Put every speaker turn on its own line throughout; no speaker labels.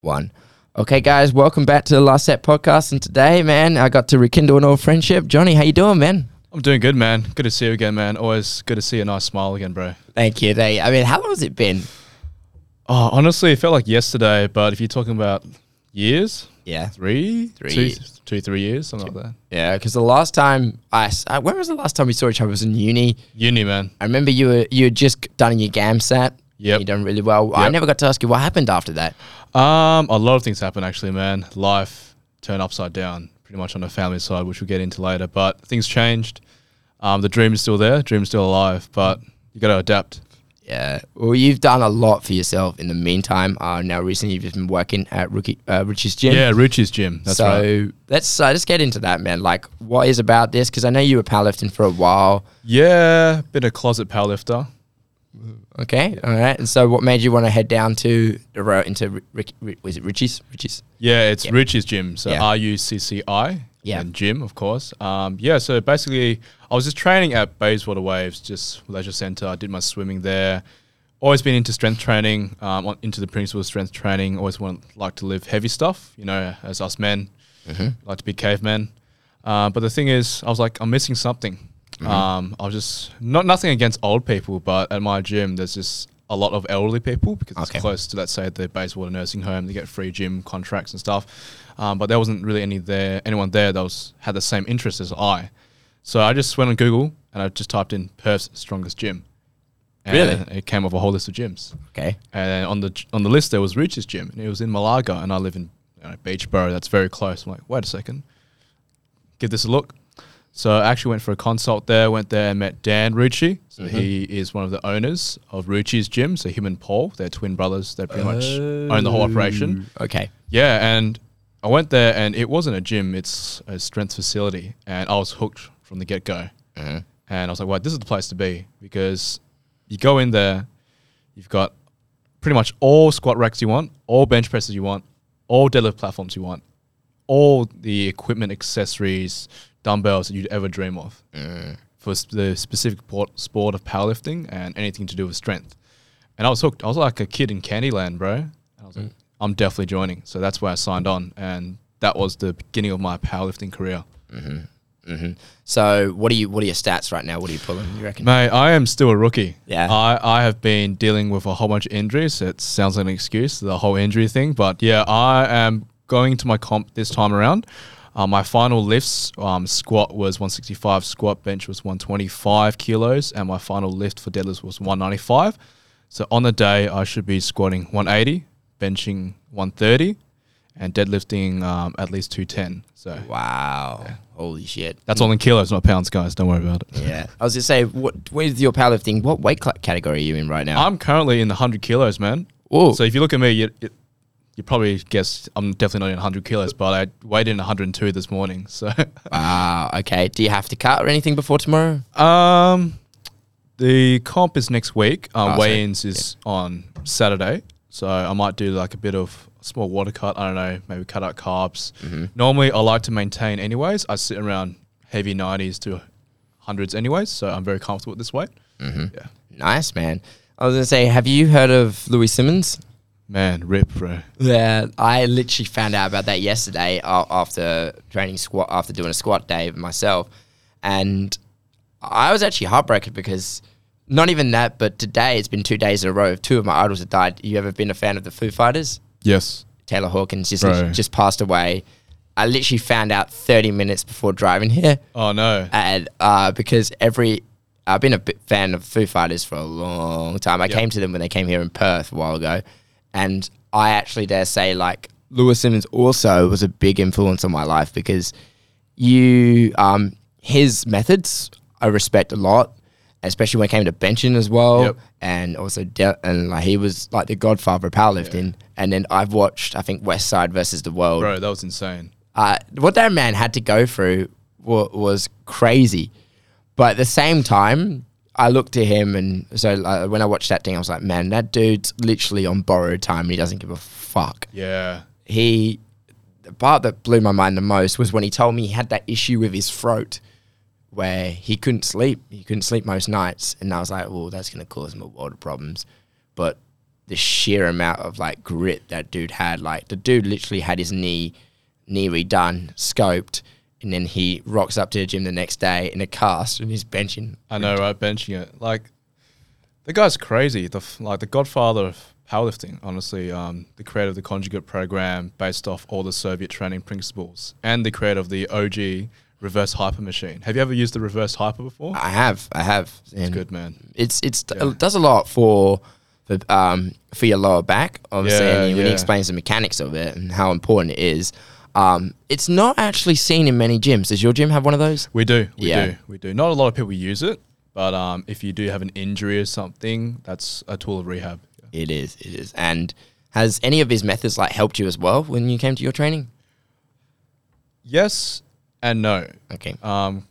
one. Okay, guys, welcome back to the Last Set podcast. And today, man, I got to rekindle an old friendship. Johnny, how you doing, man?
I'm doing good, man. Good to see you again, man. Always good to see a nice smile again, bro.
Thank you. They, I mean, how long has it been?
Oh, honestly, it felt like yesterday, but if you're talking about years,
Yeah,
three,
Three
two-
years.
two, three years, something like that.
yeah. Because the last time I, s- I- when was the last time we saw each other? It was in uni.
Uni, man.
I remember you were you had just done your GAM sat.
Yep.
you done really well. I
Yep.
never got to ask you what happened after that.
Um, a lot of things happen actually, man. Life turned upside down, pretty much on the family side, which we'll get into later. But things changed. Um, the dream is still there. Dream's still alive, but you got to adapt.
Yeah. Well, you've done a lot for yourself in the meantime. Uh, now, recently, you've been working at Rookie, uh, Richie's Gym.
Yeah, Ruchi's gym. That's
so
right.
let's uh, let's get into that, man. Like, what is about this? Because I know you were powerlifting for a while.
Yeah, been a closet powerlifter.
Okay. All right. And so, what made you want to head down to the road into Ri- Rick, Ri- was it Richie's? Richie's.
Yeah, it's
Yeah.
Richie's gym. So
Yeah.
R U C C I.
Yeah.
And gym, of course. Um, yeah. So basically, I was just training at Bayswater Waves, just leisure center. I did my swimming there. Always been into strength training, um, on- into the principle of strength training. Always want like to live heavy stuff, you know, as us men
Mm-hmm.
like to be cavemen. Uh, but the thing is, I was like, I'm missing something.
Mm-hmm.
Um, I was just not nothing against old people, but at my gym, there's just a lot of elderly people because
Okay.
it's close to let's say the Bayswater nursing home. They get free gym contracts and stuff, um, but there wasn't really any there anyone there that was had the same interest as I. So I just went on Google and I just typed in Perth's strongest gym. And
Really?
it came up a whole list of gyms.
Okay.
And on the on the list there was Rich's gym, and it was in Malaga, and I live in you know, Beachborough. That's very close. I'm like, wait a second, give this a look. So I actually went for a consult there. Went there and met Dan Rucci. So he is one of the owners of Rucci's gym. So him and Paul, they're twin brothers. They pretty much own the whole operation.
Okay.
Yeah, and I went there, and it wasn't a gym; it's a strength facility, and I was hooked from the get go. And I was like, "Wow, this is the place to be," because you go in there, you've got pretty much all squat racks you want, all bench presses you want, all deadlift platforms you want, all the equipment, accessories, dumbbells that you'd ever dream of for s- the specific port, sport of powerlifting and anything to do with strength. And I was hooked. I was like a kid in Candyland, bro. And I was like, I'm definitely joining. So that's where I signed on, and that was the beginning of my powerlifting career.
So, what are you? What are your stats right now? What are you pulling? You reckon?
Mate, I am still a rookie.
Yeah.
I, I have been dealing with a whole bunch of injuries. It sounds like an excuse, the whole injury thing. But yeah, I am going to my comp this time around. Uh, my final lifts, um, squat was 165, squat bench was 125 kilos, and my final lift for deadlifts was 195. So on the day, I should be squatting 180, benching 130, and deadlifting um, at least 210. So
Wow. Holy shit.
that's all in kilos, not pounds, guys. Don't worry about it.
Yeah. I was gonna say, what with your powerlifting? What weight cla- category are you in right now?
I'm currently in the 100 kilos, man.
Ooh.
So if you look at me, you, you, you probably guess I'm definitely not in 100 kilos, but I weighed in 102 this morning. So,
wow. Okay. Do you have to cut or anything before tomorrow?
um, the comp is next week. Um,
Ah, so-
weigh-ins is on Saturday, so I might do like a bit of small water cut. I don't know, maybe cut out carbs. Normally, I like to maintain anyways. I sit around heavy 90s to hundreds anyways, so I'm very comfortable with this weight. Yeah,
Nice, man. I was gonna say, have you heard of Louis Simmons?
man, rip, bro.
Yeah, I literally found out about that yesterday a- after training squat, after doing a squat day myself, and I was actually heartbroken because not even that, but today it's been two days in a row of two of my idols have died. You ever been a fan of the Foo Fighters?
Yes.
Taylor Hawkins just
Bro.
just passed away. I literally found out 30 minutes before driving here,
Oh no.
and uh, because every I've been a bit fan of Foo Fighters for a long time. I came to them when they came here in Perth a while ago, and I actually dare say like Lewis Simmons also was a big influence on my life because you um his methods I respect a lot, especially when it came to benching as well,
Yep.
and also de- and like he was like the godfather of powerlifting. And then I've watched I think West Side versus the World
Bro, that was insane.
uh, what that man had to go through wa- was crazy. But at the same time, I looked to him, and so like, when I watched that thing, I was like, man, that dude's literally on borrowed time. And he doesn't give a fuck.
Yeah.
He, the part that blew my mind the most was when he told me he had that issue with his throat where he couldn't sleep. He couldn't sleep most nights. And I was like, well, that's going to cause him a world of problems. But the sheer amount of like grit that dude had. Like the dude literally had his knee knee redone, scoped, and then he rocks up to the gym the next day in a cast and he's benching.
I know, right? Benching it. Like, the guy's crazy. The f- like the godfather of powerlifting, honestly. Um, the creator of the conjugate program based off all the Soviet training principles, and the creator of the OG reverse hyper machine. Have you ever used the reverse hyper before?
I have, I have.
it's
and
good, man.
It's it's
Yeah.
it does a lot for for um for your lower back. Obviously,
Yeah,
and when
yeah.
he explains the mechanics of it and how important it is. Um, it's not actually seen in many gyms. Does your gym have one of those?
We do, we
Yeah.
do, we do. Not a lot of people use it, but um, if you do have an injury or something, that's a tool of rehab.
It is. It is. And has any of his methods like helped you as well when you came to your training?
Yes and no.
Okay.
Um,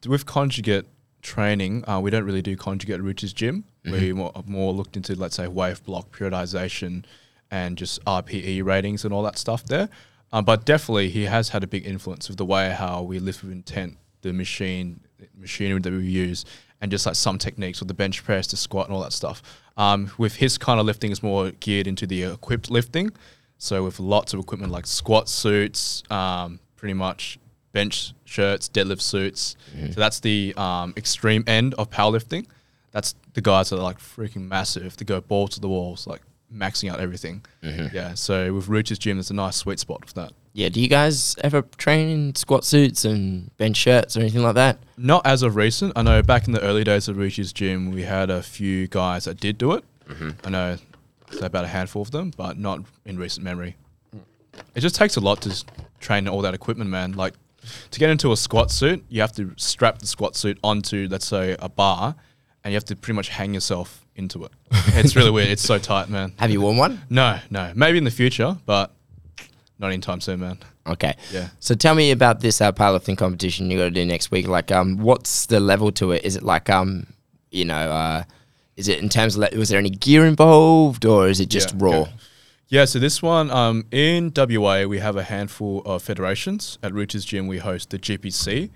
d- with conjugate training, uh, we don't really do conjugate routers gym. We more, more looked into, let's say, wave block periodization and just RPE ratings and all that stuff there. Um, but definitely, he has had a big influence with the way how we lift with intent, the machine machinery that we use, and just like some techniques with the bench press, the squat, and all that stuff. Um, with his kind of lifting is more geared into the equipped lifting. So with lots of equipment like squat suits, um, pretty much bench shirts, deadlift suits. So that's the um, extreme end of powerlifting. That's the guys that are like freaking massive. They go ball to the walls, like maxing out everything. Yeah. So with Rooters Gym, there's a nice sweet spot for that.
Yeah. Do you guys ever train in squat suits and bench shirts or anything like that?
Not as of recent. I know back in the early days of Rooters Gym, we had a few guys that did do it. I know so about a handful of them, but not in recent memory. It just takes a lot to s- train all that equipment, man. Like to get into a squat suit, you have to strap the squat suit onto, let's say, a bar, and you have to pretty much hang yourself into it. it's really weird. It's so tight, man.
Have you worn one?
No, no. Maybe in the future, but not anytime soon, man.
Okay.
Yeah.
So tell me about this uh, powerlifting competition you got to do next week. Like, um, what's the level to it? Is it like, um, you know, uh, is it in terms of le- was there any gear involved or is it just
Yeah,
raw?
okay. Yeah, so this one um, in WA, we have a handful of federations. At Rooters Gym, we host the GPC,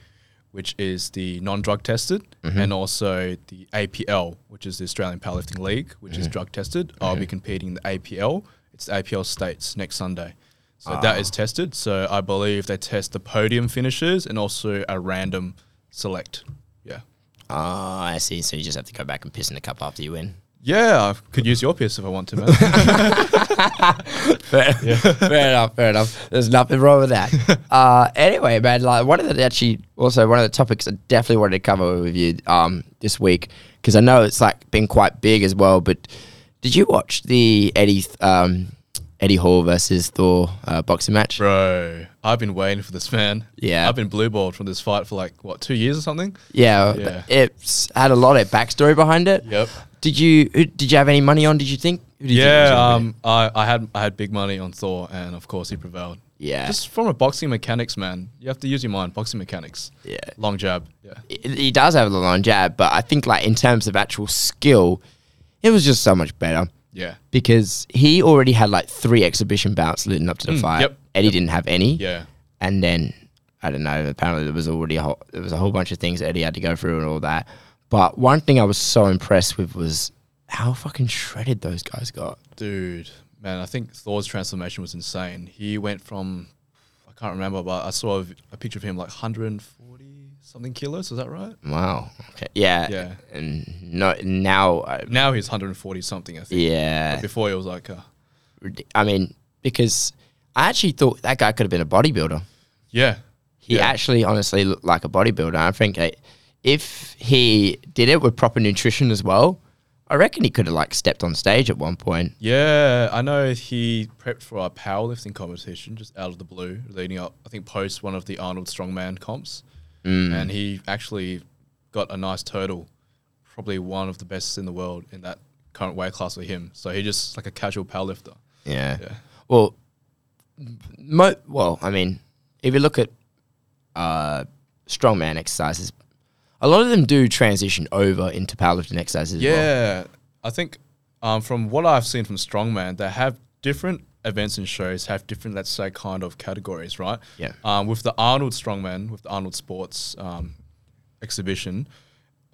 which is the non-drug tested,
Mm-hmm.
and also the APL, which is the Australian Powerlifting League, which
Mm-hmm.
is drug tested. I'll be competing in the APL. It's the APL states next Sunday, so
Ah.
that is tested. So I believe they test the podium finishers and also a random select. Yeah,
Ah, I see. So you just have to go back and piss in the cup after you win.
yeah, I could use your piece if I want to, man.
fair, fair enough, fair enough. There's nothing wrong with that. uh, anyway, man, like one of the actually also one of the topics I definitely wanted to cover with you um, this week because I know it's like been quite big as well. But did you watch the Eddie um, Eddie Hall versus Thor uh, boxing match?
Bro, I've been waiting for this, man.
Yeah.
I've been blue balled from this fight for like, what, two years or something?
Yeah,
Yeah.
but it's had a lot of backstory behind it.
Yep.
Did you who- did you have any money on? Did you think? Who did you think was
yeah,
gonna win?
um, I, I had I had big money on Thor, and of course he prevailed.
yeah.
Just from a boxing mechanics, man. You have to use your mind. Boxing mechanics.
Yeah.
Long jab. Yeah.
he does have the long jab, but I think like in terms of actual skill, it was just so much better
Yeah.
because he already had like three exhibition bouts leading up to the fight.
Mm, yep,
Eddie didn't have any.
Yeah.
And then I don't know. Apparently there was already a whole, there was a whole bunch of things Eddie had to go through and all that. But one thing I was so impressed with was how fucking shredded those guys got.
Dude, man, I think Thor's transformation was insane. He went from, I can't remember, but I saw a, v- a picture of him like 140 something kilos. Is that right?
Wow. Okay. Yeah.
Yeah.
And no, now, I,
Now he's 140 something, I think.
yeah.
Before he was like, uh,
Ridic- I mean, because I actually thought that guy could have been a bodybuilder.
yeah.
He
yeah.
actually honestly looked like a bodybuilder. I think that if he did it with proper nutrition as well, I reckon he could have like stepped on stage at one point.
Yeah, I know he prepped for our powerlifting competition just out of the blue, leading up, I think, post one of the Arnold Strongman comps. And he actually got a nice turtle, probably one of the best in the world in that current weight class for him. So he just like a casual powerlifter.
Yeah.
Yeah.
Well, mo- well, I mean, if you look at uh, strongman exercises, a lot of them do transition over into powerlifting exercises. as well.
Yeah, I think um, from what I've seen from Strongman, they have different events and shows have different, let's say, kind of categories, right?
Yeah.
Um, with the Arnold Strongman, with the Arnold Sports um, exhibition,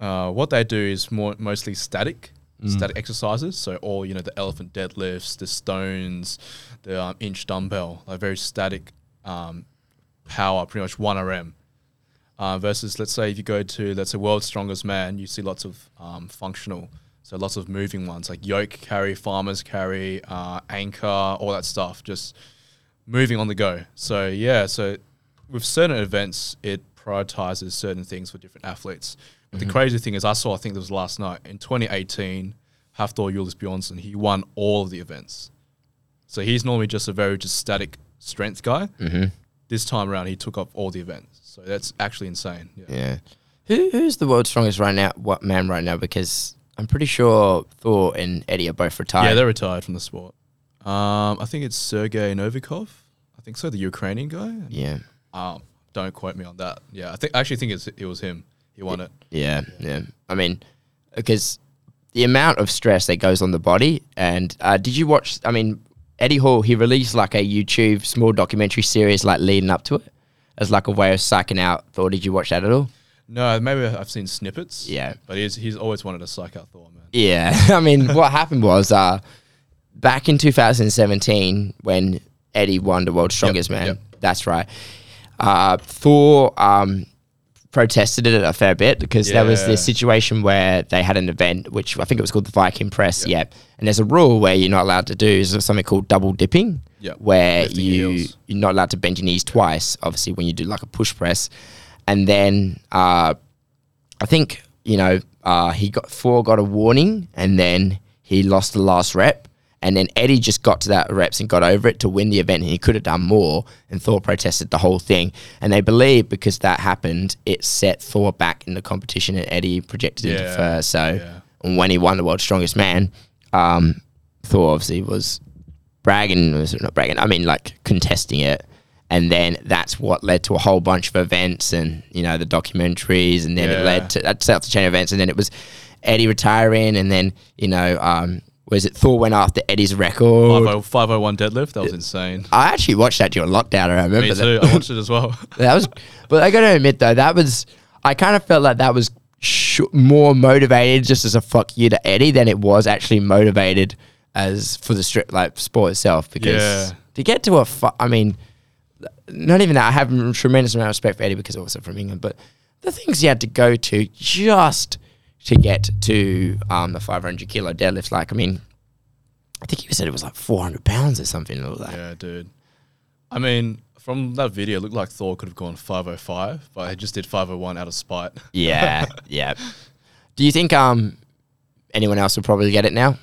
uh, what they do is more mostly static. static exercises. So all you know, the elephant deadlifts, the stones, the um, inch dumbbell, like very static um, power, pretty much one RM. Uh, versus, let's say if you go to let's say World's Strongest Man, you see lots of um, functional, so lots of moving ones like yoke carry, farmers carry, uh, anchor, all that stuff. Just moving on the go. So yeah, so with certain events, it prioritizes certain things for different athletes. But the crazy thing is, I saw I think it was last night in 2018, Hafthor Julius Bjornsson he won all of the events. So he's normally just a very just static strength guy. Mm-hmm. This time around, he took up all the events. So that's actually insane. Yeah.
Yeah. Who who's the world's strongest right now? What man right now? Because I'm pretty sure Thor and Eddie are both retired.
Yeah, they're retired from the sport. Um, I think it's Sergei Novikov. I think so, the Ukrainian guy.
yeah.
Um, don't quote me on that. Yeah, I think I actually think it's, it was him. He won it.
Yeah, yeah. I mean, because the amount of stress that goes on the body, and uh, did you watch? I mean, Eddie Hall he released like a YouTube small documentary series like leading up to it as like a way of psyching out. Thor, did you watch that at all?
No, maybe I've seen snippets.
Yeah.
but he's he's always wanted to psych out Thor, man.
Yeah, I mean, what happened was uh, back in 2017 when Eddie won the world's strongest man.
yep.
That's right. Uh, Thor um, protested it a fair bit because there was
Yeah.
this situation where they had an event, which I think it was called the Viking Press. Yeah, and there's a rule where you're not allowed to do is something called double dipping.
Yep.
where
Lifting
you
your heels.
you're not allowed to bend your knees twice. Obviously, when you do like a push press, and then uh, I think you know uh, he got four got a warning, and then he lost the last rep, and then Eddie just got to that reps and got over it to win the event, and he could have done more. And Thor protested the whole thing, and they believe because that happened, it set Thor back in the competition, and Eddie projected into
Yeah,
first. So
yeah.
and when he won the world's strongest man, um, Thor obviously was bragging, was not bragging, I mean like contesting it. And then that's what led to a whole bunch of events and, you know, the documentaries. And then it
Yeah.
led to that South Chain events. And then it was Eddie retiring. And then, you know, um, was it Thor went after Eddie's record?
50- 501 deadlift. That was insane.
I actually watched that during lockdown. I remember
Me
that.
too. I watched it as well.
That was, but I got to admit though, that was I kind of felt like that was sh- more motivated just as a fuck you to Eddie than it was actually motivated as for the strip like sport itself because
Yeah.
to get to a fu- I mean, not even that I have a tremendous amount of respect for Eddie because also from England, but the things he had to go to just to get to um, the 500 kilo deadlift, like I mean. I think he said it was like 400 pounds or something like that.
Yeah, dude. I mean, from that video, it looked like Thor could have gone 505, but he just did 501 out of spite.
Yeah, yeah. Do you think um anyone else will probably get it now?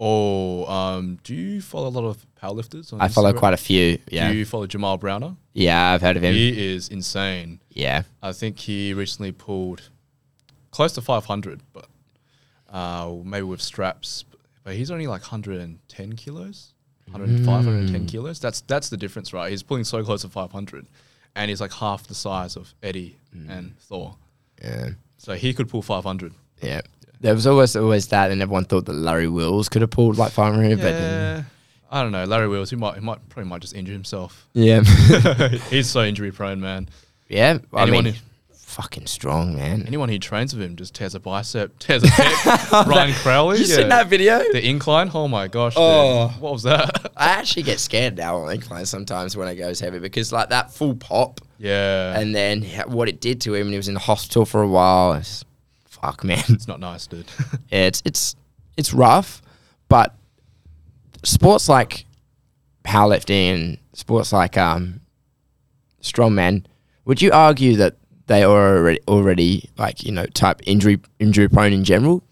Oh, um, do you follow a lot of powerlifters? On
I follow
Instagram?
quite a few. Yeah,
Do you follow Jamal Browner?
yeah, I've heard of him.
He is insane.
yeah,
I think he recently pulled close to 500, but uh, maybe with straps. But he's only like 110 kilos, 105, 110 kilos. That's that's the difference, right? He's pulling so close to 500, and he's like half the size of Eddie and Thor.
yeah,
So he could pull 500.
yeah. There was always always that, and everyone thought that Larry Wills could have pulled like 500, but mm,
Yeah. I don't know, Larry Wills. He might, he might, probably might just injure himself.
yeah,
He's so injury prone, man.
yeah. I
Anyone
mean,
who-
fucking strong man.
Anyone who trains with him just tears a bicep, tears a pec. Ryan Crowley, yeah.
video?
the incline. Oh my gosh! dude.
Oh.
what was that?
I actually get scared now on inclines sometimes when it goes heavy because like that full pop,
yeah,
and then yeah, what it did to him, and he was in the hospital for a while. It's, fuck man.
it's not nice, dude.
Yeah, it's it's it's rough, but sports like powerlifting and sports like um strongman, would you argue that they are already already like you know type injury injury prone in general?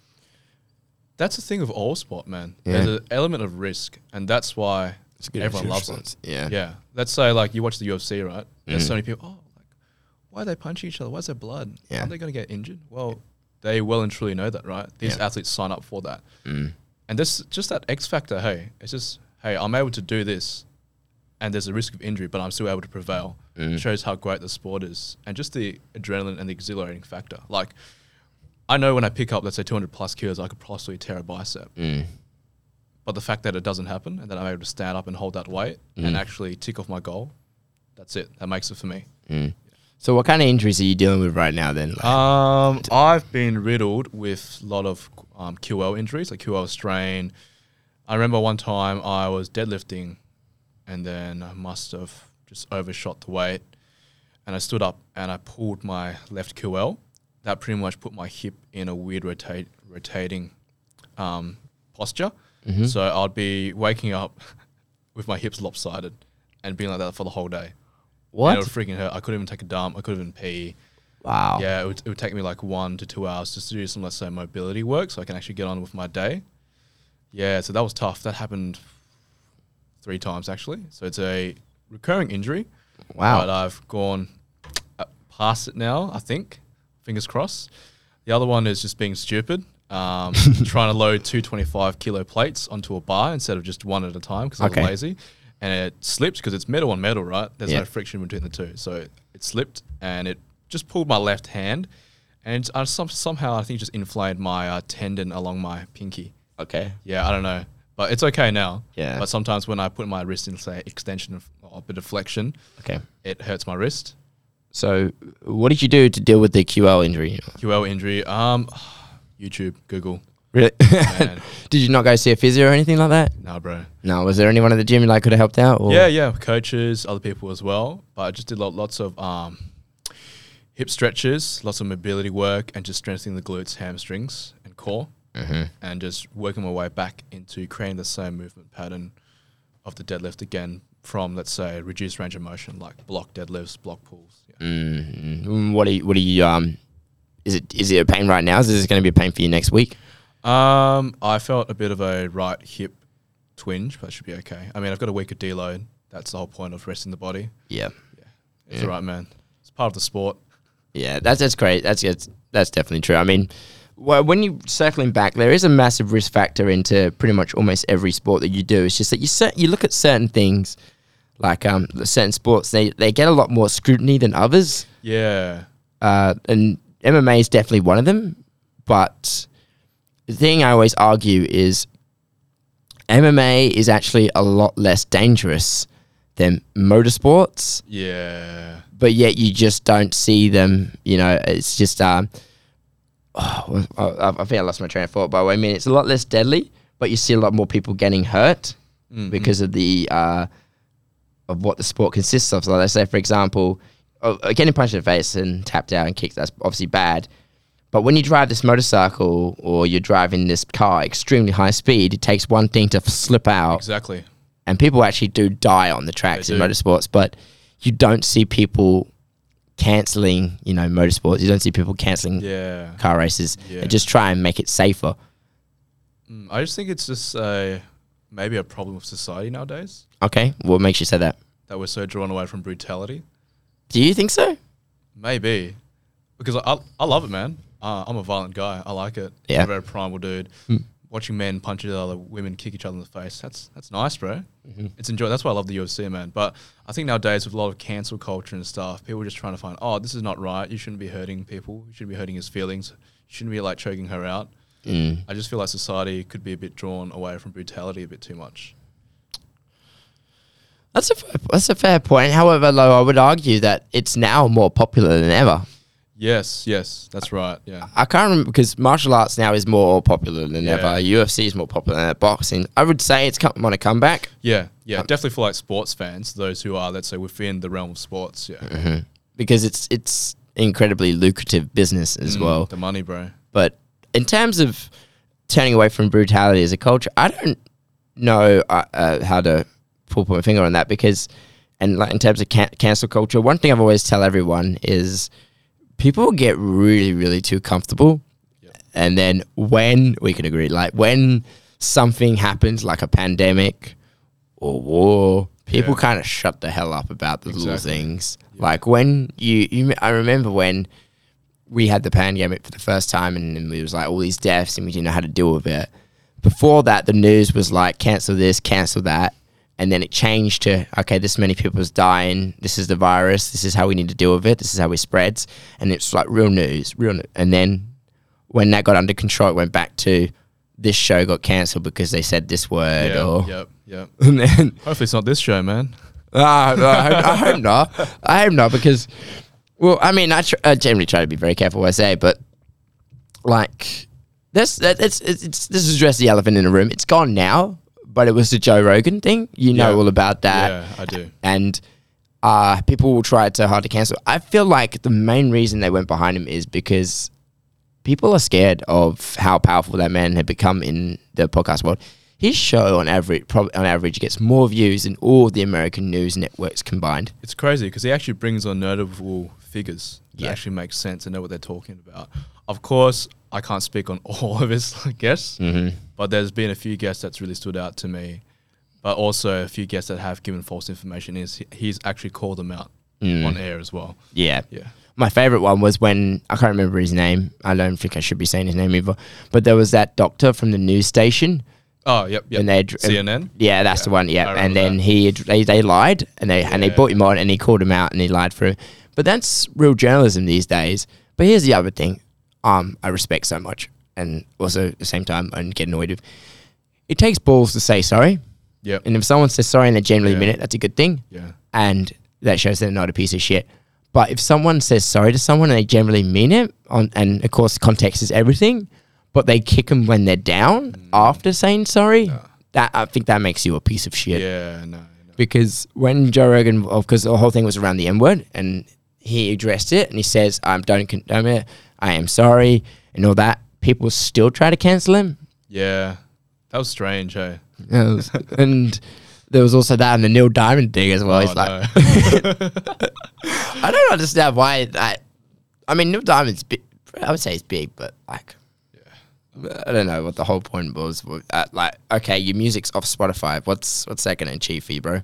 that's the thing with all sport, man.
Yeah.
There's an element of risk, and that's why everyone loves it.
Yeah. Mm-hmm.
Yeah. Let's say like you watch the UFC, right? There's so many people. Oh, like why are they punching each other? Why's there blood?
Yeah.
Aren't they going to get injured? Well, they well and truly know that, right? These athletes sign up for that,
Mm.
and this just that X factor. Hey, it's just hey, I'm able to do this, and there's a risk of injury, but I'm still able to prevail.
Mm.
Shows how great the sport is, and just the adrenaline and the exhilarating factor. Like, I know when I pick up, let's say 200 plus kilos, I could possibly tear a bicep
Mm,
but the fact that it doesn't happen and that I'm able to stand up and hold that weight and actually tick off my goal, that's it. That makes it for me.
mm. So what kind of injuries are you dealing with right now then? Like,
Um, I've been riddled with a lot of um, QL injuries, like QL strain. I remember one time I was deadlifting, and then I must have just overshot the weight, and I stood up and I pulled my left QL. That pretty much put my hip in a weird rotate rotating um, posture. So I'd be waking up with my hips lopsided and being like that for the whole day. And it
what?
would freaking hurt. I couldn't even take a dump. I couldn't even pee.
Wow.
Yeah, it would, it would take me like one to two hours just to do some, let's say, mobility work so I can actually get on with my day. Yeah, so that was tough. That happened three times actually. So it's a recurring injury. But
Wow.
I've gone uh, past it now, I think. Fingers crossed. The other one is just being stupid. Um, trying to load 225 kilo plates onto a bar instead of just one at a time because I
Okay.
was lazy. And it slipped because it's metal on metal, right? There's
Yeah.
no friction between the two. So it slipped and it just pulled my left hand. And I some, somehow I think just inflamed my uh, tendon along my pinky.
Okay.
Yeah, I don't know, but it's okay now.
Yeah.
But sometimes when I put my wrist in, say, extension of, or a bit of flexion,
Okay.
it hurts my wrist.
So what did you do to deal with the QL injury?
QL injury. Um, YouTube, Google.
Really?
Man.
did you not go see a physio or anything like that?
Nah, bro.
No. Was there anyone at the gym you like could have helped out? Or?
Yeah, yeah. Coaches, other people as well. But I just did lot, lots of um, hip stretches, lots of mobility work, and just strengthening the glutes, hamstrings, and core, and just working my way back into creating the same movement pattern of the deadlift again from, let's say, reduced range of motion, like block deadlifts, block pulls. Yeah.
Mm, What are you, what are you um is it is it a pain right now? Is this going to be a pain for you next week?
Um, I felt a bit of a right hip twinge, but it should be okay. I mean, I've got a week of deload. That's the whole point of resting the body.
Yeah.
It's all right, man. It's part of the sport.
Yeah, that's that's great. That's that's, that's definitely true. I mean, well, when you circling back, there is a massive risk factor into pretty much almost every sport that you do. It's just that you cer- you look at certain things, like um certain sports, they they get a lot more scrutiny than others.
Yeah.
Uh, and MMA is definitely one of them. But the thing I always argue is MMA is actually a lot less dangerous than motorsports
Yeah.
but yet you just don't see them. You know, it's just um, oh, I, I I think I lost my train of thought. But I mean, it's a lot less deadly, but you see a lot more people getting hurt because of the uh, of what the sport consists of. So let's say, for example, uh, uh, getting punched in the face and tapped out and kicked. That's obviously bad. But when you drive this motorcycle or you're driving this car extremely high speed, it takes one thing to f- slip out
Exactly.
and people actually do die on the tracks
They
in
do.
motorsports, but you don't see people canceling, you know, motorsports. You don't see people canceling
Yeah.
car races.
Yeah.
They just try and make it safer.
Mm, I just think it's just a maybe a problem with society nowadays
Okay, what makes you say that?
that we're so drawn away from brutality.
Do you think so?
Maybe because I, I, I love it, man. Uh, I'm a violent guy. I like it.
Yeah.
I'm a very primal dude. Watching men punch each other, women kick each other in the face. That's that's nice, bro. It's enjoy. That's why I love the UFC, man. But I think nowadays with a lot of cancel culture and stuff, people are just trying to find, oh, this is not right. You shouldn't be hurting people. You shouldn't be hurting his feelings. You shouldn't be like choking her out. I just feel like society could be a bit drawn away from brutality a bit too much.
That's a fair, that's a fair point. However, though, I would argue that it's now more popular than ever.
Yes, yes, that's right. Yeah,
I can't remember because martial arts now is more popular than
Yeah.
ever. UFC is more popular than boxing. I would say it's come on a comeback.
yeah,
Uh,
yeah. Definitely for like sports fans, those who are let's say within the realm of sports. Yeah.
because it's it's incredibly lucrative business as well.
The money, bro.
But in terms of turning away from brutality as a culture, I don't know uh, uh, how to pull my finger on that because, and like in terms of can- cancel culture, one thing I've always tell everyone is people get really, really too comfortable, and then when we can agree, like when something happens, like a pandemic or war, people
Yeah.
kind of shut the hell up about the little
Exactly.
things. Like when you, you, I remember when we had the pandemic for the first time and, then it was like all these deaths and we didn't know how to deal with it. Before that, the news was like cancel this, cancel that. And then it changed to okay, this many people's dying. This is the virus. This is how we need to deal with it. This is how it spreads. And it's like real news, real. nu- And then when that got under control, it went back to this show got cancelled because they said this word or.
Yeah, yep, yep.
And then Uh,
Hopefully, it's not this show, man.
Ah, no, I, hope, I hope not. I hope not because Well, I mean, I, tr- I generally try to be very careful what I say, but like this, that- it's, it's, it's this is just the elephant in the room. It's gone now, but it was the Joe Rogan thing. You know
Yeah.
all about that,
yeah, I do.
and uh, people will try so hard to cancel. I feel like the main reason they went behind him is because people are scared of how powerful that man had become in the podcast world. His show, on average, prob- on average, gets more views than all the American news networks combined.
It's crazy because he actually brings on notable figures that
Yeah.
actually make sense and know what they're talking about. Of course, I can't speak on all of his guests,
Mm-hmm.
but there's been a few guests that's really stood out to me, but also a few guests that have given false information. Is he's actually called them out
Mm.
on air as well?
Yeah.
Yeah,
My favorite one was when I can't remember his name. I don't think I should be saying his name either. But there was that doctor from the news station.
Oh, yep, yep.
And they dr-
CNN.
Yeah, that's the one.
I
Yeah, and
remember
then
that.
he ad- they, they lied and they and they
Yeah.
brought him on and he called him out and he lied through. But that's real journalism these days. But here's the other thing. Um, I respect so much, and also at the same time, I get annoyed with. It takes balls to say sorry,
Yep.
and if someone says sorry and they generally
Yeah.
mean it, that's a good thing
yeah.
and that shows they're not a piece of shit. But if someone says sorry to someone and they generally mean it, on and of course context is everything, but they kick them when they're down
Mm.
after saying sorry, that I think that makes you a piece of shit.
Yeah. No. no.
Because when Joe Rogan, because the whole thing was around the N word, and he addressed it and he says, "I don't condone it. I am sorry," and all that. People still try to cancel him.
Yeah. That was strange. Hey.
Yeah, it was- and there was also that and the Neil Diamond thing as well.
Oh,
He's like,
no.
I don't understand why that. I mean, Neil Diamond's big. I would say he's big, but like, I don't know what the whole point was. with that. like, okay, your music's off Spotify. What's what's that going to achieve for you, bro?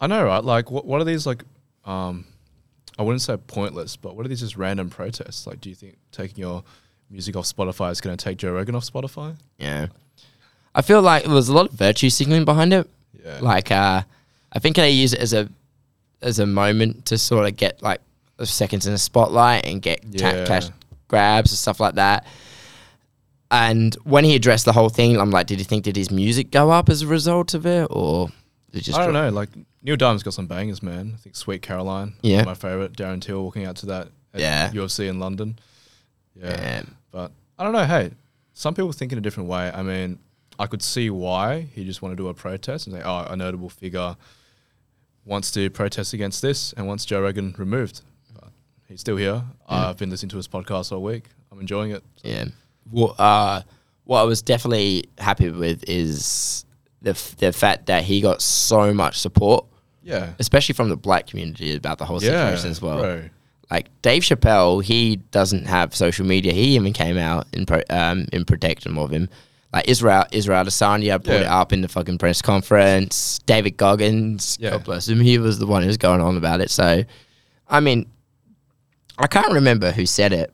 I know, right? Like, what, what are these like? Um, I wouldn't say pointless, but what are these just random protests? Like, do you think taking your music off Spotify is going to take Joe Rogan off Spotify?
Yeah, I feel like there was a lot of virtue signaling behind it.
Yeah.
Like, uh, I think they use it as a as a moment to sort of get like seconds in the spotlight and get ta-
Yeah.
cash grabs and stuff like that. And when he addressed the whole thing, I'm like, did he think did his music go up as a result of it, or did it just?
I don't
drop-
know. Like, Neil Diamond's got some bangers, man. I think Sweet Caroline,
Yeah.
my favorite. Darren Till walking out to that at
Yeah.
UFC in London. Yeah.
Yeah.
But I don't know. Hey, some people think in a different way. I mean, I could see why he just wanted to do a protest and say, oh, a notable figure wants to protest against this and wants Joe Rogan removed. But he's still here. I've been listening to his podcast all week. I'm enjoying it.
Yeah. Well, uh, what I was definitely happy with is the f- the fact that he got so much support,
Yeah.
especially from the black community about the whole
Yeah.
situation as well.
bro.
like Dave Chappelle, he doesn't have social media. He even came out in pro, um, in protection of him. Like Israel, Israel Adesanya brought it
Yeah.
up in the fucking press conference. David Goggins,
Yeah.
God bless him, he was the one who was going on about it. So, I mean, I can't remember who said it,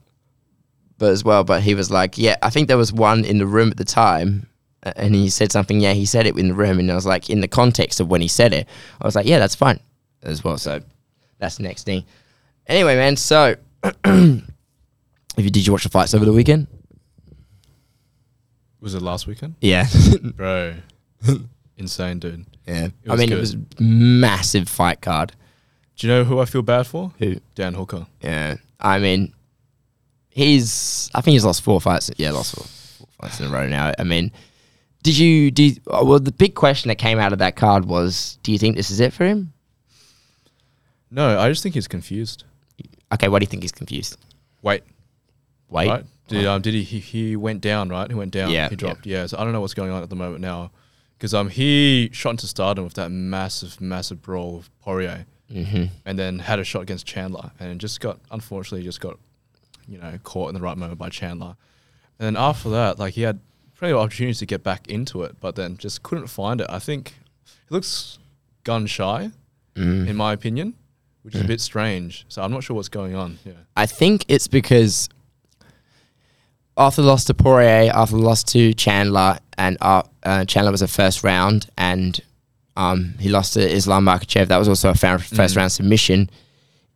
but as well, but he was like, yeah, I think there was one in the room at the time, a- and he said something. Yeah, he said it in the room, and I was like, in the context of when he said it, I was like, yeah, that's fine as well. So, that's the next thing. Anyway, man, so if you did you watch the fights over the weekend?
Was it last weekend?
Yeah.
Bro. Insane, dude.
yeah. I
was
mean it
good.
was massive fight card.
Do you know who I feel bad for?
Who?
Dan Hooker.
Yeah. I mean he's I think he's lost four fights. Yeah, lost four, four fights in a row now. I mean did you do you- oh, well the big question that came out of that card was do you think this is it for him?
No, I just think he's confused.
Okay, why do you think he's confused?
Wait,
Wait.
right? Did, um, did he, he? He went down, right? He went down.
Yeah,
he dropped. Yeah. So I don't know what's going on at the moment now, because um, he shot into stardom with that massive, massive brawl with Poirier, mm-hmm. and then had a shot against Chandler, and just got unfortunately just got, you know, caught in the right moment by Chandler, and then after that, like he had plenty of opportunities to get back into it, but then just couldn't find it. I think he looks gun shy, in my opinion, which is a bit strange. So I'm not sure what's going on. Yeah.
I think it's because Arthur lost to Poirier, Arthur lost to Chandler, and Ar- uh, Chandler was a first round, and um, he lost to Islam Makhachev. That was also a fa- first round submission.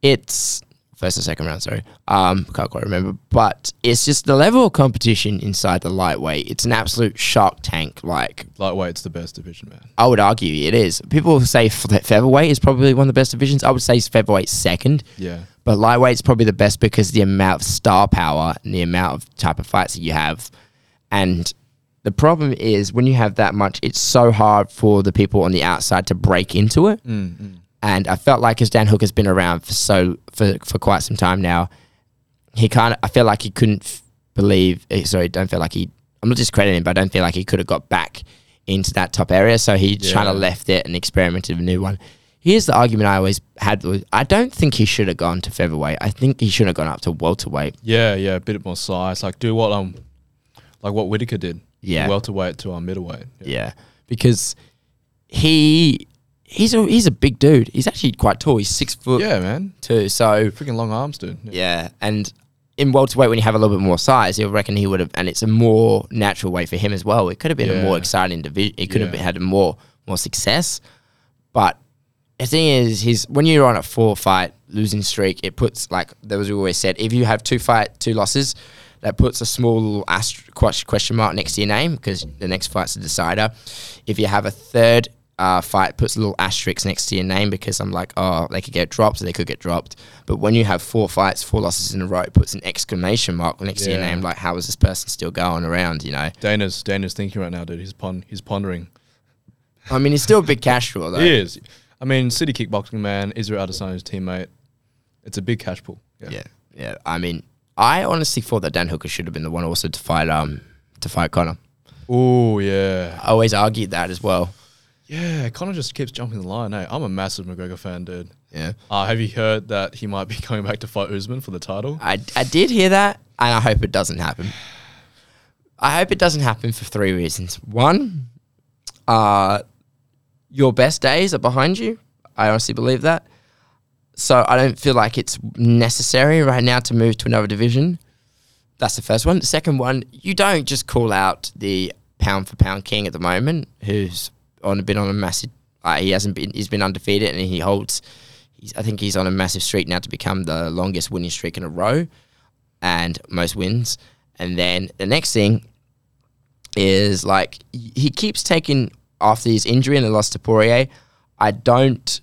It's first and second round, sorry. Um, can't quite remember, but it's just the level of competition inside the lightweight. It's an absolute shark tank. Like
Lightweight's the best division, man.
I would argue, it is. People say fe- featherweight is probably one of the best divisions. I would say featherweight second.
Yeah.
But lightweight's probably the best because the amount of star power and the amount of type of fights that you have. And the problem is when you have that much, it's so hard for the people on the outside to break into it.
Mm-hmm.
And I felt like as Dan Hooker's been around for so for, for quite some time now, he kind of I feel like he couldn't f- believe. eh, Sorry, don't feel like he. I'm not discrediting him, but I don't feel like he could have got back into that top area. So he kind
Yeah.
of left it and experimented with a new one. Here's the argument I always had: with, I don't think he should have gone to featherweight. I think he should have gone up to welterweight.
Yeah, yeah, a bit more size. Like do what um, like what Whitaker did.
Yeah.
welterweight to our middleweight. Yeah.
Yeah, because he he's a he's a big dude. He's actually quite tall. He's six foot
yeah, man,
two. So
freaking long arms, dude. Yeah.
Yeah, and in welterweight, when you have a little bit more size, you reckon he would have, and it's a more natural way for him as well. It could have been a more
Yeah.
exciting division. It could have
Yeah.
been, had more more success, but the thing is, he's when you're on a four fight losing streak, it puts like there was always said, if you have two fight two losses, that puts a small little ast- ques- question mark next to your name because the next fight's the decider. If you have a third uh, fight, puts a little asterisk next to your name because I'm like, oh, they could get dropped, they could get dropped. But when you have four fights, four losses in a row, it puts an exclamation mark next to your
Yeah.
name, like how is this person still going around? You know,
Dana's Dana's thinking right now, dude. He's pon he's pondering.
I mean, he's still a big cash draw though.
He is. I mean, City kickboxing man, Israel Adesanya's teammate. It's a big cash pool.
Yeah, yeah. I mean, I honestly thought that Dan Hooker should have been the one also to fight um to fight Connor.
Oh yeah.
I always argued that as well.
Yeah. Connor just keeps jumping the line. Hey, I'm a massive McGregor fan, dude.
Yeah,
Uh, have you heard that he might be going back to fight Usman for the title?
I I did hear that, and I hope it doesn't happen. I hope it doesn't happen for three reasons. One, uh, your best days are behind you. I honestly believe that. So I don't feel like it's necessary right now to move to another division. That's the first one. The second one, you don't just call out the pound for pound king at the moment, who's on been on a massive. Uh, he hasn't been. He's been undefeated, and he holds. He's, I think he's on a massive streak now to become the longest winning streak in a row, and most wins. And then the next thing is like he he keeps taking after his injury and the loss to Poirier. I don't.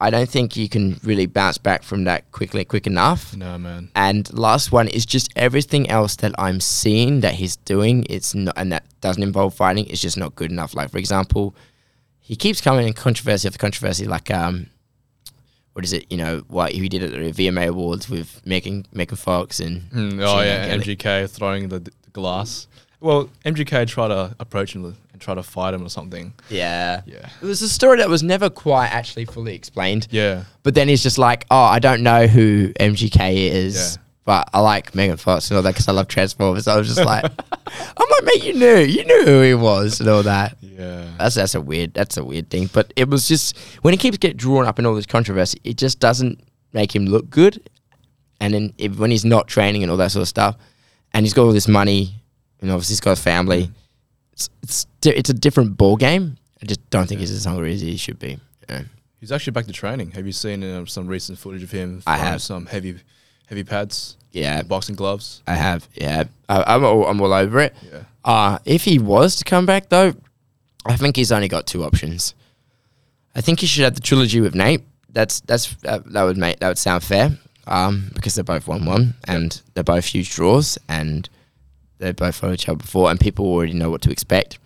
I don't think you can really bounce back from that quickly, quick enough.
No, man.
And last one is just everything else that I'm seeing that he's doing. It's not, and that doesn't involve fighting. It's just not good enough. Like for example, he keeps coming in controversy after controversy. Like um, what is it? You know what he did at the VMA Awards with Megan Megan Fox and
Mm, oh
Gina
yeah,
Kelly.
MGK throwing the, the glass. Well, MGK tried to approach him and try to fight him or something.
yeah.
Yeah.
It was a story that was never quite actually fully explained.
Yeah.
But then he's just like, oh, I don't know who MGK is.
Yeah.
But I like Megan Fox and all that because I love Transformers. I was just like, I'm like, mate, you knew, you knew who he was and all that.
Yeah.
That's that's a weird, that's a weird thing. But it was just when he keeps getting drawn up in all this controversy, it just doesn't make him look good. And then if, when he's not training and all that sort of stuff, and he's got all this money, and obviously he's got a family, it's it's, di- it's a different ball game. I just don't think he's as hungry as he should be. Yeah.
He's actually back to training. Have you seen um, some recent footage of him?
I
throwing
have.
some heavy, heavy pads.
Yeah.
and boxing gloves.
I have, yeah. I, I'm all, I'm all over it.
Yeah.
Uh, if he was to come back though, I think he's only got two options. I think he should have the trilogy with Nate. That's that's uh, that would make that would sound fair. Um, because they're both one one and they're both huge draws and they both fought each other before and people already know what to expect.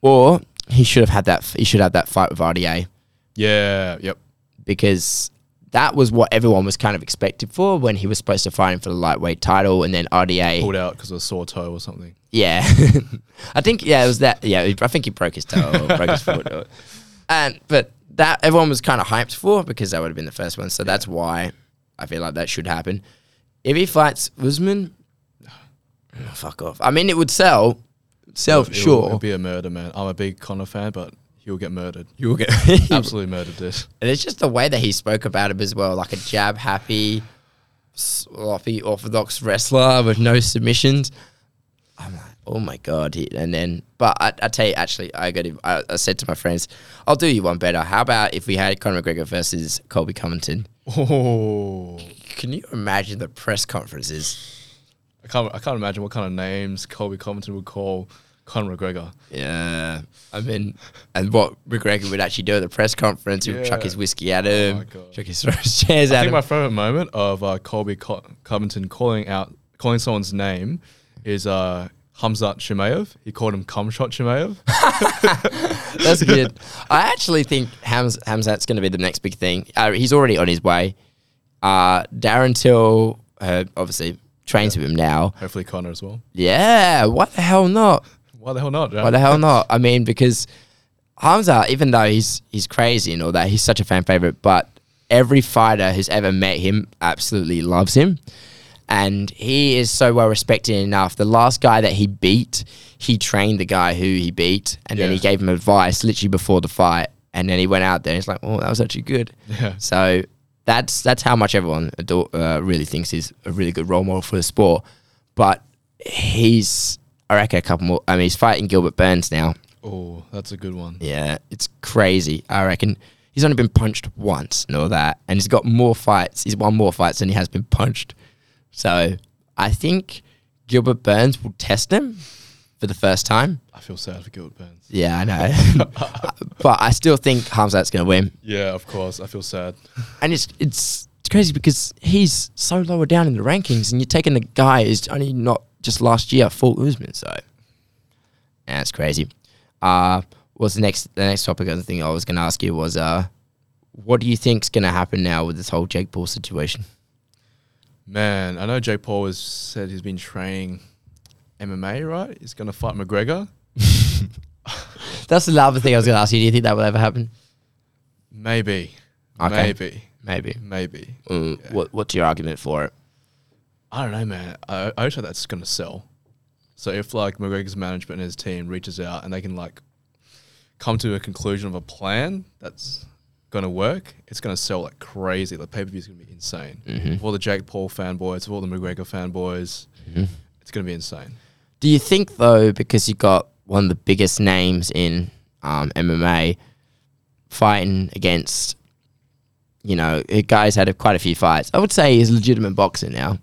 Or he should have had that he should have that fight with RDA
Yeah. Yep.
because that was what everyone was kind of expected for when he was supposed to fight him for the lightweight title and then RDA
Pulled out because of a sore toe or something.
Yeah, I think yeah, it was that. Yeah, I think he broke his toe, or broke his foot, or- and but that everyone was kind of hyped for because that would have been the first one. So that's why I feel like that should happen. If he fights Usman, oh, fuck off. I mean, it would sell, sell for
It'll- It'll
Oh, sure.
be a murder, man. I'm a big Connor fan, but he'll get murdered.
You'll get
Absolutely murdered. This.
And it's just the way that he spoke about him as well, like a jab happy, sloppy orthodox wrestler with no submissions. I'm like, oh my god! He, and then, but I, I tell you, actually, I got. him- I, I said to my friends, I'll do you one better. How about if we had Conor McGregor versus Colby Covington?
Oh.
Can you imagine the press conferences?
I can't. I can't imagine what kind of names Colby Covington would call Conor McGregor.
Yeah. I mean, and what McGregor would actually do at the press conference, he would chuck
Yeah.
his whiskey at
Oh my
him,
God.
chuck his throws chairs
I
at
think
him.
my favorite moment of uh, Colby Co- Covington calling out calling someone's name is uh, Hamzat Shimaev. He called him Cumshot Shimaev.
That's good. I actually think Hams, Hamzat's going to be the next big thing. Uh, he's already on his way. Uh, Darren Till, uh, obviously, trains with him now.
Hopefully Connor as well.
Yeah, why the hell not?
Why the hell not?
Why
Right?
the hell not? I mean, because Hamza, even though he's he's crazy and all that, he's such a fan favorite. But every fighter who's ever met him absolutely loves him, and he is so well respected enough. The last guy that he beat, he trained the guy who he beat, and then
Yeah.
he gave him advice literally before the fight. And then he went out there, and he's like, "Oh, that was actually good."
Yeah.
So that's that's how much everyone adore, uh, really thinks he's a really good role model for the sport. But he's, I reckon, a couple more. I mean, he's fighting Gilbert Burns now.
Oh, that's a good one.
Yeah, it's crazy. I reckon he's only been punched once and all that, and he's got more fights. He's won more fights than he has been punched. So I think Gilbert Burns will test him for the first time.
I feel sad for Gilbert Burns.
Yeah, I know, but I still think Hamzat's going to win.
Yeah, of course. I feel sad.
and it's it's it's crazy because he's so lower down in the rankings, and you're taking the guy who's only not just last year fought Usman, so that's crazy. Uh, what's the next the next topic? I think I was going to ask you was uh, what do you think's going to happen now with this whole Jake Paul situation?
Man, I know Jake Paul has said he's been training MMA, right? He's gonna fight McGregor.
That's the other thing I was going to ask you. Do you think that will ever happen?
Maybe.
Okay.
Maybe.
Maybe.
Maybe.
Mm, What What's your argument for it?
I don't know, man. I, I just hope that's gonna sell. So if like McGregor's management and his team reaches out and they can like come to a conclusion of a plan that's gonna work, it's gonna sell like crazy. The pay per view's gonna be insane.
Mm-hmm.
Of all the Jake Paul fanboys, of all the McGregor fanboys,
Mm-hmm.
it's gonna be insane.
Do you think though, because you got one of the biggest names in um, MMA fighting against, you know, a guy's had a, quite a few fights. I would say he's a legitimate boxer now,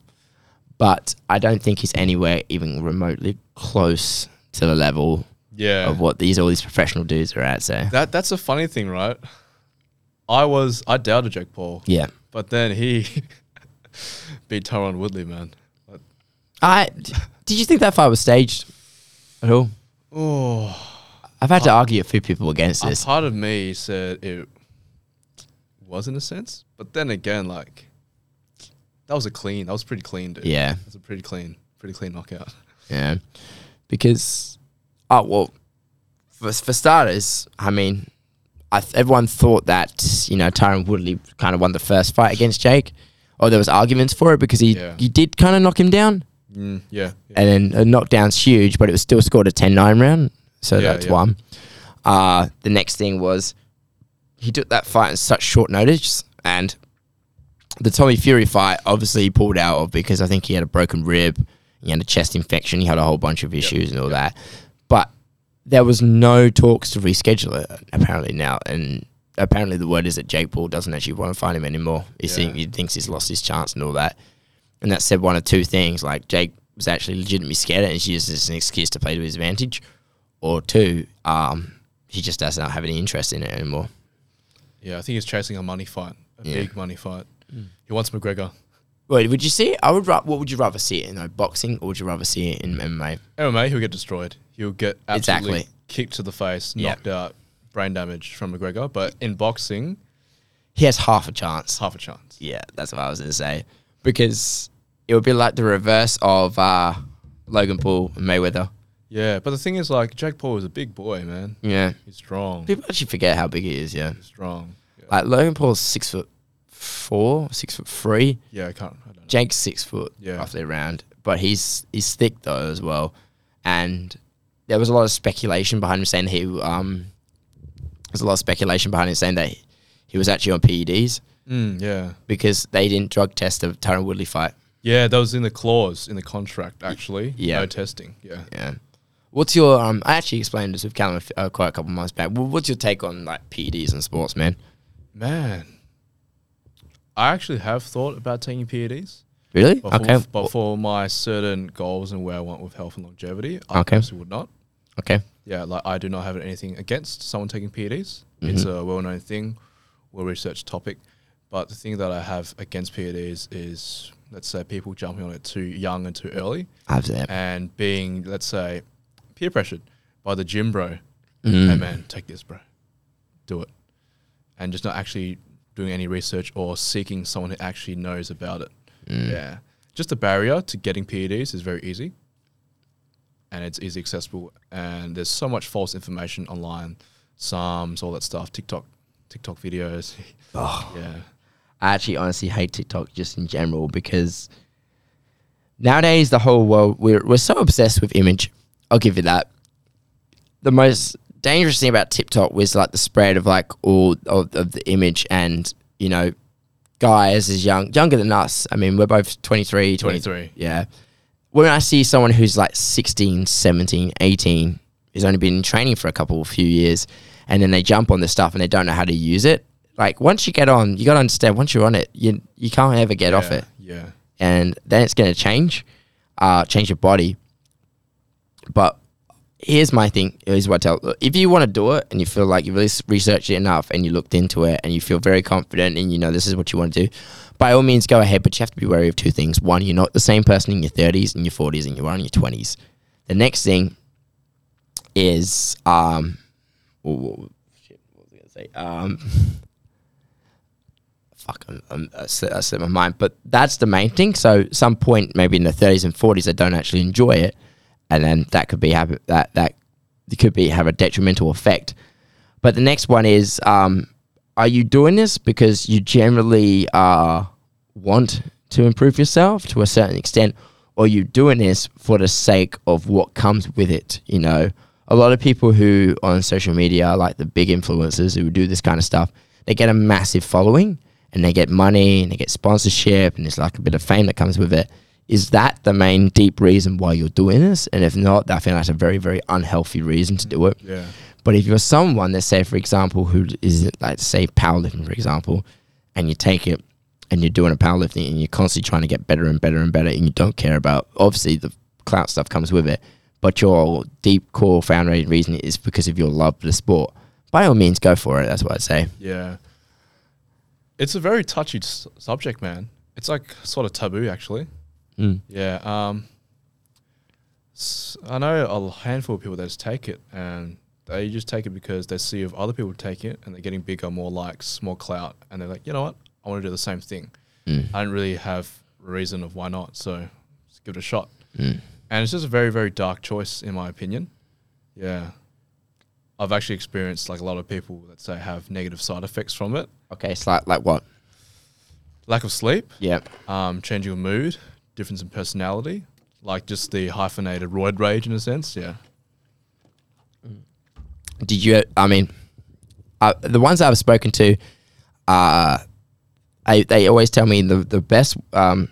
but I don't think he's anywhere even remotely close to the level
Yeah.
of what these all these professional dudes are at. So
That that's a funny thing, right? I was I doubted Jake Paul,
yeah,
but then he beat Tyron Woodley, man.
I d- did you think that fight was staged at all?
Oh,
I've had to argue a few people against
a
this.
part of me said it was in a sense, but then again, like that was a clean. That was pretty clean, dude.
Yeah.
that's a pretty clean, pretty clean knockout.
Yeah. Because, oh, well, for, for starters, I mean, I th- everyone thought that, you know, Tyron Woodley kind of won the first fight against Jake. Or there was arguments for it because he,
Yeah.
he did kind of knock him down.
Mm, yeah, yeah.
And then a knockdown's huge, but it was still scored a 10-9 round. So
Yeah,
that's
yeah.
one. Uh, the next thing was he took that fight in such short notice. And the Tommy Fury fight, obviously, he pulled out of because I think he had a broken rib, he had a chest infection, he had a whole bunch of issues and all that. But there was no talks to reschedule it apparently now, and apparently the word is that Jake Paul doesn't actually want to fight him anymore. He, think,
Yeah.
he thinks he's lost his chance and all that. And that said one of two things: like Jake was actually legitimately scared, and she uses this an excuse to play to his advantage, or two, um, he just doesn't have any interest in it anymore.
yeah. I think he's chasing a money fight, a
Yeah.
big money fight. He wants McGregor.
Wait, would you see? I would. Ra- what would you rather see it in? Though? Boxing, or would you rather see it in MMA?
MMA, he'll get destroyed. He'll get absolutely
Exactly.
kicked to the face,
Yeah.
knocked out, brain damage from McGregor. But in boxing,
He has half a chance.
it's half a chance.
Yeah, that's what I was going to say. Because it would be like the reverse of uh, Logan Paul and Mayweather.
Yeah, but the thing is, like, Jake Paul is a big boy, man.
Yeah.
He's strong.
People actually forget how big he is, yeah.
He's strong. Yeah,
Like Logan Paul's six foot four, six foot three.
Yeah, I can't. I don't know.
Jake's six foot,
Yeah.
roughly around. But he's he's thick though as well. And there was a lot of speculation behind him saying he um there's a lot of speculation behind him saying that he, he was actually on PEDs
Mm, yeah,
because they didn't drug test the Tyron Woodley fight.
yeah. That was in the clause in the contract, actually.
yeah.
no testing. Yeah.
Yeah. What's your um? I actually explained this with Callum a f- uh, quite a couple months back. Wh- What's your take on like PEDs and sports, man?
man. I actually have thought about taking E PEDs,
Really?
but,
okay.
for, but for my certain goals and where I want with health and longevity, I
Okay.
personally would not.
Okay.
yeah, like I do not have anything against someone taking PEDs.
Mm-hmm.
It's a well-known thing, well-researched topic. But the thing that I have against PEDs is, let's say, people jumping on it too young and too early,
Absolutely.
and being, let's say, peer pressured by the gym bro. Hey man, take this, bro. Do it, and just not actually doing any research or seeking someone who actually knows about it. Yeah, just the barrier to getting PEDs is very easy and it's easy accessible. And there's so much false information online, Psalms, all that stuff, TikTok, TikTok videos. Yeah,
I actually honestly hate TikTok just in general because nowadays the whole world we're we're so obsessed with image. I'll give you that. The most dangerous thing about TikTok was like the spread of like all of, of the image and you know guys is young younger than us. I mean we're both 23, 20,
23.
Yeah. When I see someone who's like 16, 17, 18, who's only been in training for a couple few years, and then they jump on this stuff and they don't know how to use it. Like once you get on, you gotta understand. Once you're on it, you you can't ever get off
yeah,
it,
Yeah,
and then it's gonna change, uh, change your body. But here's my thing. Here's what I tell. If you want to do it and you feel like you've really s- researched it enough and you looked into it and you feel very confident and you know this is what you want to do, by all means go ahead. But you have to be wary of two things. One, you're not the same person in your 30s and your 40s and you are in your 20s. The next thing is um, whoa, whoa, shit, what was I gonna say? Um, fuck, I'm, I'm, I slipped I slipped my mind. But that's the main thing. So some point, maybe in the 30s and 40s, they don't actually enjoy it, and then that could be have that that it could be have a detrimental effect. But the next one is, um, are you doing this because you generally uh, want to improve yourself to a certain extent, or are you doing this for the sake of what comes with it? You know, a lot of people who on social media, like the big influencers who do this kind of stuff, they get a massive following and they get money and they get sponsorship and there's like a bit of fame that comes with it. Is that the main deep reason why you're doing this? And if not, I think that's a very, very unhealthy reason to do it.
yeah,
But if you're someone that say, for example, who is like say powerlifting, for example, and you take it and you're doing a powerlifting and you're constantly trying to get better and better and better and you don't care about obviously the clout stuff comes with it, but your deep core foundation reason is because of your love for the sport. By all means, go for it. That's what I'd say.
yeah. It's a very touchy s- subject, man. It's like sort of taboo, actually.
Mm.
Yeah. Um, s- I know a handful of people that just take it, and they just take it because they see if other people take it and they're getting bigger, more likes, more clout, and they're like, you know what, I want to do the same thing.
Mm.
I don't really have a reason of why not, so just give it a shot.
Mm.
And it's just a very, very dark choice, in my opinion. Yeah. I've actually experienced like a lot of people that say have negative side effects from it.
Okay, it's like like what?
Lack of sleep,
Yeah.
um, changing of mood, difference in personality, like just the hyphenated roid rage in a sense. Yeah.
Did you? I mean, uh, the ones I've spoken to, uh, I, they always tell me the the best. Um,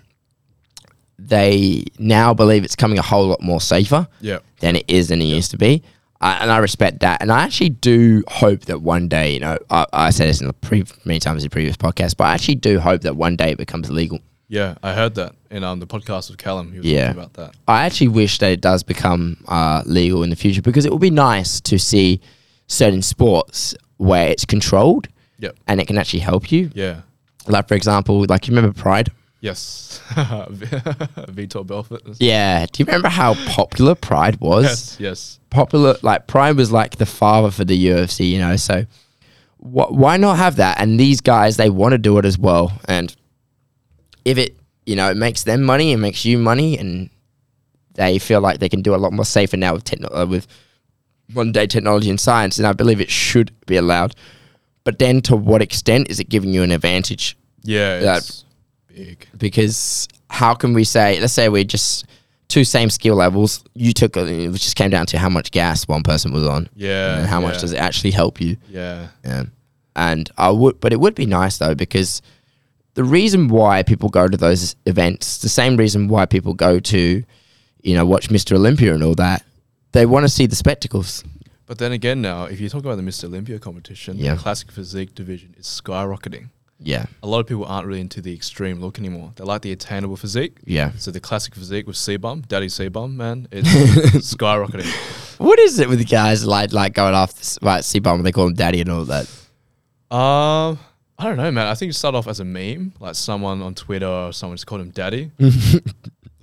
they now believe it's coming a whole lot more safer
Yeah.
than it is than it used to be. I, and I respect that. And I actually do hope that one day, you know, I, I said this in the pre- many times in previous podcasts, but I actually do hope that one day it becomes legal.
Yeah. I heard that in um, the podcast with Callum. He was
Yeah.
talking about that.
I actually wish that it does become uh, legal in the future because it would be nice to see certain sports where it's controlled
Yep.
and it can actually help you.
Yeah.
Like for example, like you remember Pride?
Yes. Vitor Belfort.
Yeah. Do you remember how popular Pride was?
Yes. Yes.
Popular like Pride was like the father for the UFC, you know. So wh- why not have that? And these guys, they want to do it as well. And if it, you know, it makes them money, it makes you money, and they feel like they can do a lot more safer now with techno- uh, with modern day technology and science. And I believe it should be allowed. But then, to what extent is it giving you an advantage?
Yeah.
That-
It's big.
because how can we say let's say we're just two same skill levels you took it just came down to how much gas one person was on
Yeah.
and how much
yeah,
does it actually help you
Yeah.
yeah. and i would but it would be nice though because the reason why people go to those events the same reason why people go to you know watch mr olympia and all that they want to see the spectacles
But then again, now if you talk about the Mr. Olympia competition,
Yeah.
the classic physique division is skyrocketing.
yeah
A lot of people aren't really into the extreme look anymore. They like the attainable physique.
yeah
So the classic physique with C-Bum, Daddy C-Bum, man, it's skyrocketing.
What is it with guys like like going after s- like C bomb? They call him daddy and all that.
Um, I don't know, man. I think it started off as a meme, like someone on Twitter or someone just called him daddy.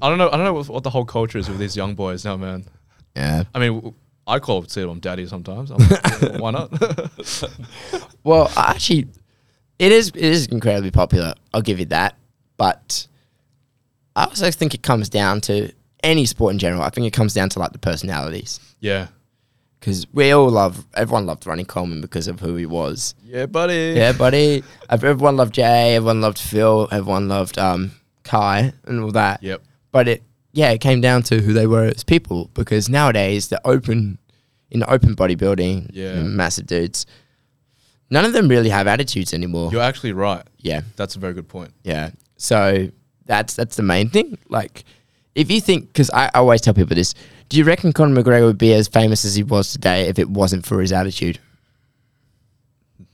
I don't know. I don't know what, what the whole culture is with these young boys now, man.
Yeah.
I mean, w- I call them daddy sometimes. I'm like, why not?
Well, I actually, it is it is incredibly popular. I'll give you that. But I also think it comes down to any sport in general. I think it comes down to like the personalities
yeah.
because we all love everyone loved Ronnie Coleman because of who he was.
Yeah, buddy.
Yeah, buddy. Ev- Everyone loved Jay. Everyone loved Phil. Everyone loved um, Kai and all that.
Yep.
But it, yeah, it came down to who they were as people because nowadays the open, in the open bodybuilding,
Yeah.
mm, massive dudes, none of them really have attitudes anymore.
You're actually right.
yeah,
That's a very good point.
yeah. So that's that's the main thing. Like, if you think, because I, I always tell people this, do you reckon Conor McGregor would be as famous as he was today if it wasn't for his attitude?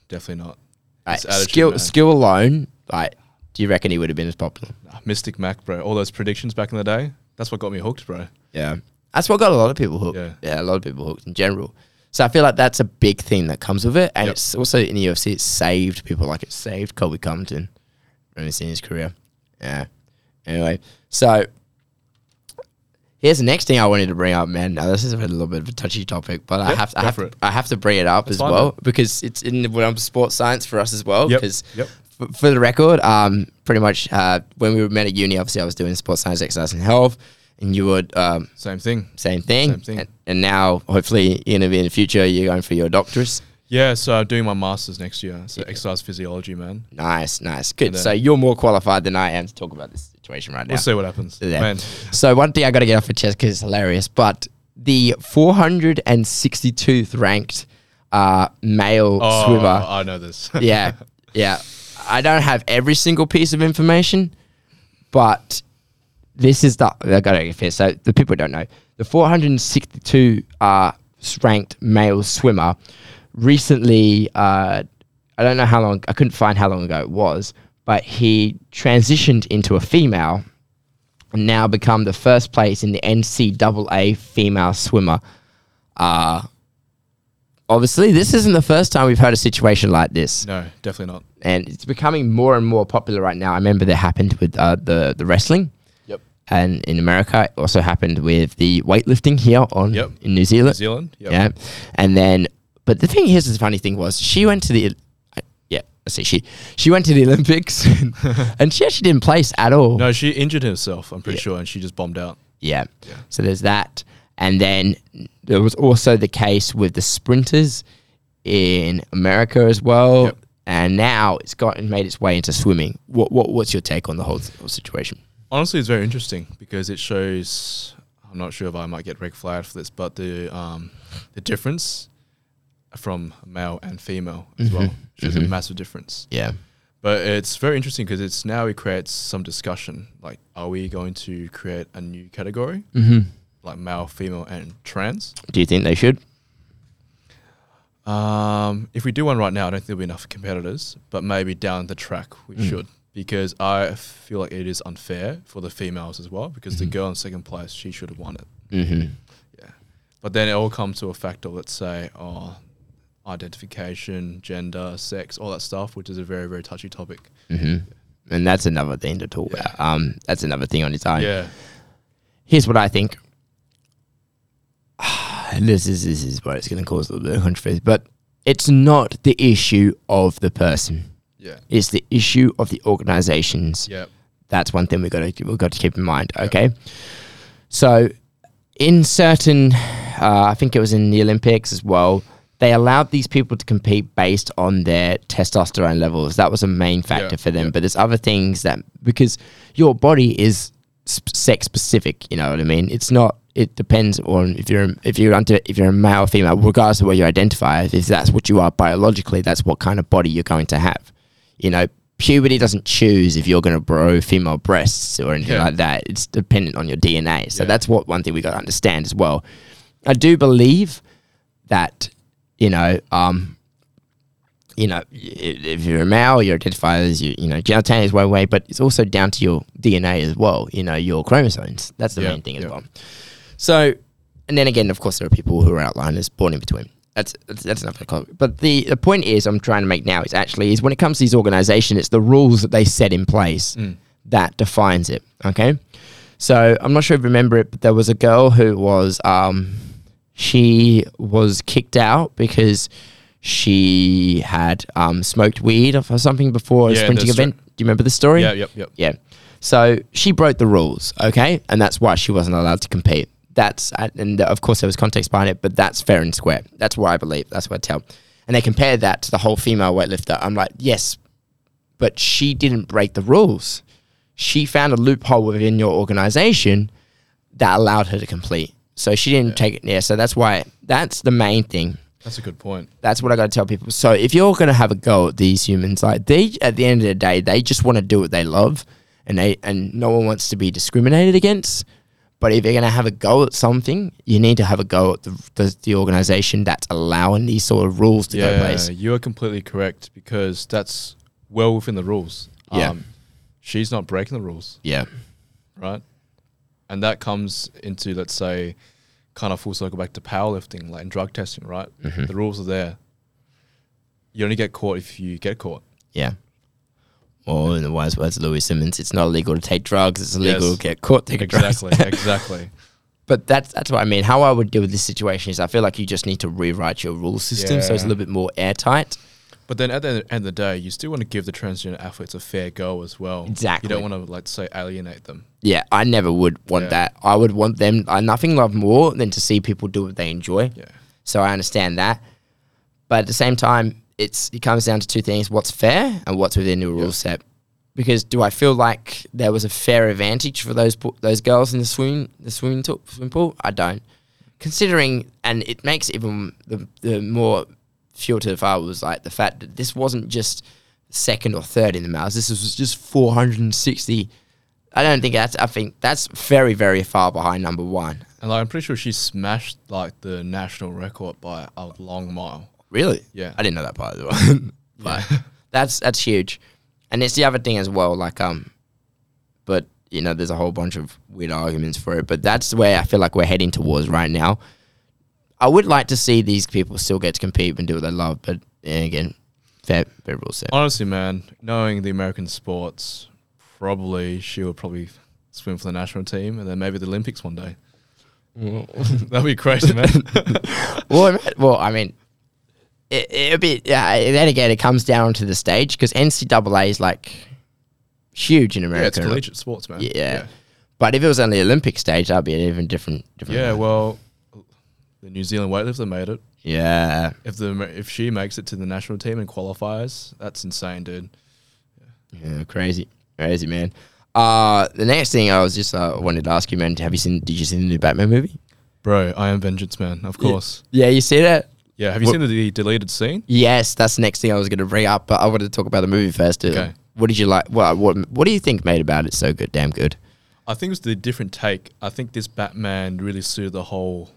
Definitely not.
Like,
His attitude,
skill,
man.
skill alone, like, do you reckon he would have been as popular?
Nah, Mystic Mac, bro. All those predictions back in the day. That's what got me hooked, bro.
Yeah. That's what got a lot of people hooked.
Yeah.
Yeah. a lot of people hooked in general. So I feel like that's a big thing that comes with it. And
Yep.
it's also in the UFC, it saved people. Like it saved Colby Compton when it's in his career. Yeah. Anyway, so here's the next thing I wanted to bring up, man. Now this is a little bit of a touchy topic, but I
Yep,
have to, I
go
have
for
to,
it.
I have to bring it up as
fine,
well
man.
because it's in the realm of sports science for us as well.
Yep,
Because
yep.
f- for the record, um, pretty much uh, when we met at uni, obviously I was doing sports science, exercise, and health, and you would um,
Same thing.
same thing.
Same thing.
And, and now, hopefully, you're gonna be in the future. You're going for your doctorate.
Yeah, so I'm doing my master's next year. So exercise physiology, man.
Nice, nice, good.
And, uh,
so you're more qualified than I am to talk about this situation right now.
We'll see what happens.
Yeah.
Man,
So one thing I got to get off my chest because it's hilarious, but the 462th ranked uh, male
Oh,
swimmer.
I know this.
yeah, yeah. I don't have every single piece of information, but this is the I got to get fair. So the people who don't know the 462 uh, s- ranked male swimmer recently. Uh, I don't know how long. I couldn't find how long ago it was, but he transitioned into a female and now become the first place in the NCAA female swimmer. Uh, obviously, this isn't the first time we've heard a situation like this
no, definitely not.
and it's becoming more and more popular right now. I remember that happened with uh, the the wrestling,
Yep.
and in America, it also happened with the weightlifting here on
Yep.
in New
New
Zealand.
Zealand? Yep.
Yeah, and then but the thing here's the funny thing was she went to the I- yeah I say she she went to the Olympics and she actually didn't place at all.
No, she injured herself, I'm pretty sure, and she just bombed out.
Yeah. So there's that. And then there was also the case with the sprinters in America as well.
Yep.
And now it's gotten made its way into swimming. What, what what's your take on the whole, whole situation?
Honestly, it's very interesting because it shows. I'm not sure if I might get red flagged for this, but the um, the difference from male and female as well
Mm-hmm.
shows a massive difference.
Yeah.
But it's very interesting because it's now it creates some discussion. Like, are we going to create a new category,
Mm-hmm.
like male, female, and trans?
Do you think they should?
Um, if we do one right now, I don't think there'll be enough competitors, but maybe down the track we should because I feel like it is unfair for the females as well because the girl in second place she should have won it.
Mm-hmm.
Yeah, but then it all comes to a factor. Let's say, oh, identification, gender, sex, all that stuff, which is a very very touchy topic.
Mm-hmm. And that's another thing to talk about. Um, that's another thing on its own.
Yeah,
Here's what I think. And this is this is where it's going to cause a little bit of controversy, but it's not the issue of the person.
yeah,
It's the issue of the organizations.
yeah,
That's one thing we got to we got to keep in mind. Okay, so in certain, uh, I think it was in the Olympics as well. They allowed these people to compete based on their testosterone levels. That was a main factor for them.
yeah.
But there's other things that because your body is sp- sex specific. You know what I mean? It's not. It depends on if you're if you're under if you're a male or female, regardless of what you identify. If that's what you are biologically, that's what kind of body you're going to have you know, puberty doesn't choose if you're going to grow female breasts or anything
Yeah.
like that. It's dependent on your DNA. So
Yeah.
that's what one thing we got to understand as well. I do believe that, you know, um, you know, i- if you're a male, you identify as you, you know, genitalia is one way, but it's also down to your DNA as well. You know, your chromosomes. That's the
Yeah,
main thing as
yeah.
well. So and then again, of course, there are people who are outliners, born in between. That's that's, that's another topic. But the, the point is, I'm trying to make now is actually is when it comes to these organisations, it's the rules that they set in place
Mm.
that defines it. Okay, so I'm not sure if you remember it, but there was a girl who was um, she was kicked out because she had um, smoked weed or something before a
Yeah, the
sprinting
stri-
event. Do you remember the story?
Yeah, yep, yep.
Yeah. So she broke the rules, okay? And that's why she wasn't allowed to compete. That's, and uh, of course there was context behind it, but that's fair and square. That's what I believe. That's what I tell. And they compared that to the whole female weightlifter. I'm like, yes, but she didn't break the rules. She found a loophole within your organization that allowed her to complete. So she didn't take it. Yeah. So that's why, that's the main thing
That's a good point.
that's what I got to tell people. So if you're going to have a go at these humans, like they, at the end of the day, they just want to do what they love, and they and no one wants to be discriminated against. But if you're going to have a go at something, you need to have a go at the the, the organization that's allowing these sort of rules to go
Yeah,
place.
you are completely correct because that's well within the rules. Um,
Yeah.
she's not breaking the rules,
Yeah,
right? And that comes into, let's say, kind of full circle back to powerlifting, like in drug testing, right?
Mm-hmm.
The rules are there. You only get caught if you get caught.
yeah. Or in the wise words of Louis Simmons, it's not illegal to take drugs. It's illegal
Yes.
to get caught taking drugs.
Exactly, exactly.
But that's that's what I mean. How I would deal with this situation is I feel like you just need to rewrite your rule system so it's a
Yeah.
little bit more airtight.
But then at the end of the day, you still want to give the transgender athletes a fair go as well.
Exactly.
You don't want to, like, say, alienate them.
Yeah, I never would want
Yeah.
that. I would want them. I nothing love more than to see people do what they enjoy.
Yeah.
So I understand that, but at the same time, it's it comes down to two things: what's fair and what's within the rule set. Because do I feel like there was a fair advantage for those po- those girls in the swim the swimming to- swim pool? I don't. Considering, and it makes even the, the more fuel to the fire was like the fact that this wasn't just second or third in the males. This was just 460 I don't think that's. I think that's very, very far behind number one.
And like, I'm pretty sure she smashed like the national record by a long mile.
Really?
Yeah.
I didn't know that part of the But that's that's huge, and it's the other thing as well. Like um, but you know, there's a whole bunch of weird arguments for it. But that's where I feel like we're heading towards right now. I would like to see these people still get to compete and do what they love, but yeah, again, fair, fair rules set.
Honestly, man, knowing the American sports, probably she would probably swim for the national team and then maybe the Olympics one day. That'd be crazy, man.
well, I mean- well, I mean, it, it'd be yeah. and Then again, it comes down to the stage because NCAA is like huge in
yeah, it's
America.
collegiate sports, man.
Yeah.
yeah.
But if it was on the Olympic stage, that'd be an even different. different
Yeah, Well, the New Zealand weightlifter made it.
yeah,
If the Amer- if she makes it to the national team and qualifies, that's insane, dude.
yeah, crazy, crazy man. Uh, the next thing I was just uh, wanted to ask you, man. Have you seen? Did you see the new Batman movie?
Bro, I am Vengeance, man. Of course.
Yeah, you see that?
Yeah. Have you
Wha-
seen the, the deleted scene?
Yes, that's the next thing I was going to bring up. But I wanted to talk about the movie first. Too.
Okay.
What did you like? What, what What do you think made about it so good? Damn good.
I think it was the different take. I think this Batman really suited the whole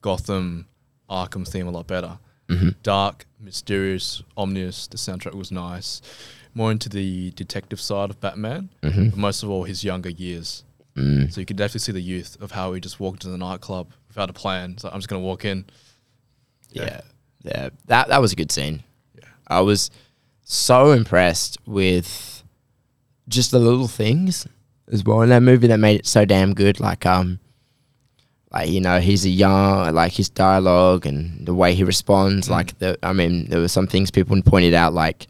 Gotham Arkham theme a lot better.
Mm-hmm.
Dark, mysterious, ominous. The soundtrack was nice. More into the detective side of Batman,
Mm-hmm.
but most of all his younger years.
Mm.
So you could definitely see the youth of how he just walked into the nightclub without a plan. So I'm just gonna walk in.
yeah, yeah. That that was a good scene. I was so impressed with just the little things as well in that movie that made it so damn good. Like um, like you know, he's a young, like his dialogue and the way he responds. Like the, I mean, there were some things people pointed out, like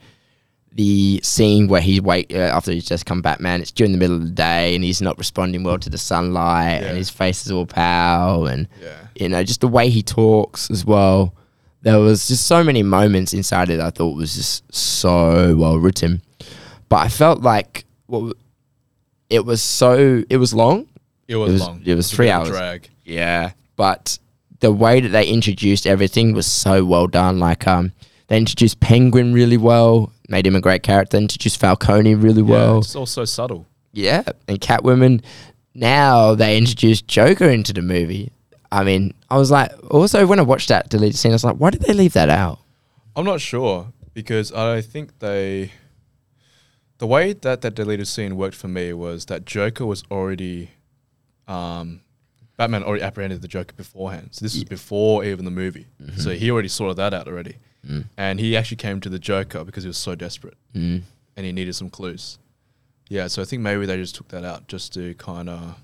the scene where he wait uh, after he's just come Batman. It's during the middle of the day and he's not responding well to the sunlight,
Yeah.
and his face is all pale, and
Yeah.
you know, just the way he talks as well. There was just so many moments inside it I thought was just so well written, but I felt like what w- it was so it was long.
It was,
It was-
long.
it was
a
three
bit of a
hours.
Drag.
Yeah, but the way that they introduced everything was so well done. Like um, they introduced Penguin really well, made him a great character. Introduced Falcone really
Well,
well.
it's all so subtle.
Yeah, and Catwoman. Now they introduced Joker into the movie. I mean, I was like, also when I watched that deleted scene, I was like, why did they leave that out?
I'm not sure because I think they. The way that that deleted scene worked for me was that Joker was already um, Batman already apprehended the Joker beforehand. So this was before even the movie. So he already sorted that out already. And he actually came to the Joker because he was so desperate
Mm.
and he needed some clues. Yeah, so I think maybe they just took that out just to kind of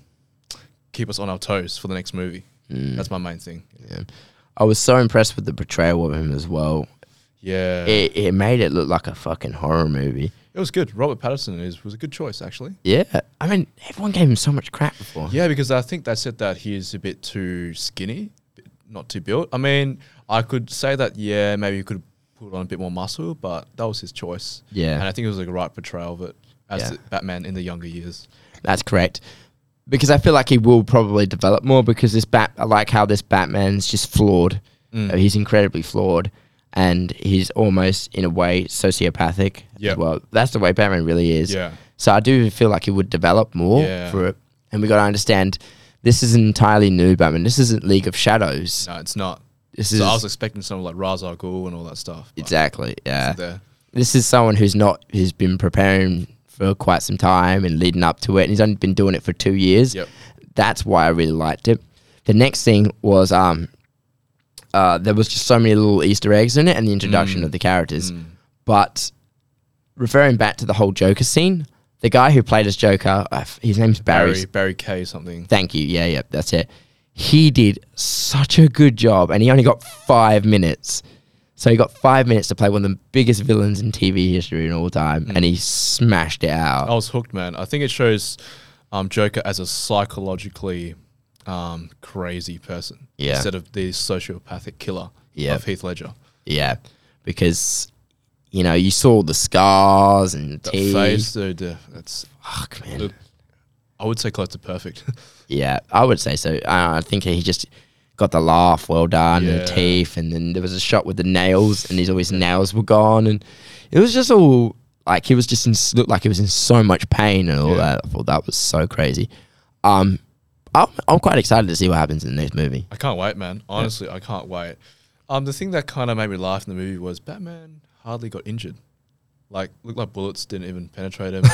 keep us on our toes for the next movie. That's my main thing.
Mm. Yeah. I was so impressed with the portrayal of him as well.
Yeah. It,
It, it made it look like a fucking horror movie.
was good. Robert Patterson is was a good choice actually.
Yeah. I mean, everyone gave him so much crap before.
Yeah, because I think they said that he is a bit too skinny, bit- not too built. I mean, I could say that yeah, maybe you could put on a bit more muscle, but that was his choice.
Yeah.
and I think it was like a right portrayal of it as
Yeah.
the Batman in the younger years.
That's correct. Because I feel like he will probably develop more because this bat I like how this Batman's just flawed.
Mm.
Uh, He's incredibly flawed and he's almost in a way sociopathic.
Yeah.
as Well, that's the way Batman really is.
Yeah.
So I do feel like he would develop more
Yeah.
for it. And we got to understand this is an entirely new Batman. This isn't League of Shadows.
No, it's not.
This is
So I was expecting someone like Ra's al Ghul and all that stuff. but
exactly yeah.
there.
This is someone who's not who's been preparing for quite some time and leading up to it, and he's only been doing it for two years.
Yep.
That's why I really liked it. The next thing was um, uh, there was just so many little Easter eggs in it and the introduction of the characters. But referring back to the whole Joker scene, the guy who played as Joker, I f- his name's Barry.
Barry Barry K something.
Thank you. Yeah, yeah, that's it. He did such a good job, and he only got five minutes. So he got five minutes to play one of the biggest villains in TV history in all time, and he smashed it out.
I was hooked, man. I think it shows um, Joker as a psychologically um, crazy person
Yeah.
instead of the sociopathic killer
Yeah.
of Heath Ledger.
Yeah, because you know you saw the scars and the
That
teeth.
phase, dude, uh, that's
Fuck, man.
Look. I would say close to perfect.
Yeah, I would say so. I, I think he just got the laugh well done and
Yeah.
the teeth, and then there was a shot with the nails, and his all his nails were gone, and it was just all like he was just in, s- looked like he was in so much pain and all
Yeah.
that. I thought that was so crazy. Um, I'm, I'm quite excited to see what happens in the next movie.
I can't wait, man. Honestly, I can't wait. Um, the thing that kind of made me laugh in the movie was Batman hardly got injured. Like, looked like bullets didn't even penetrate him.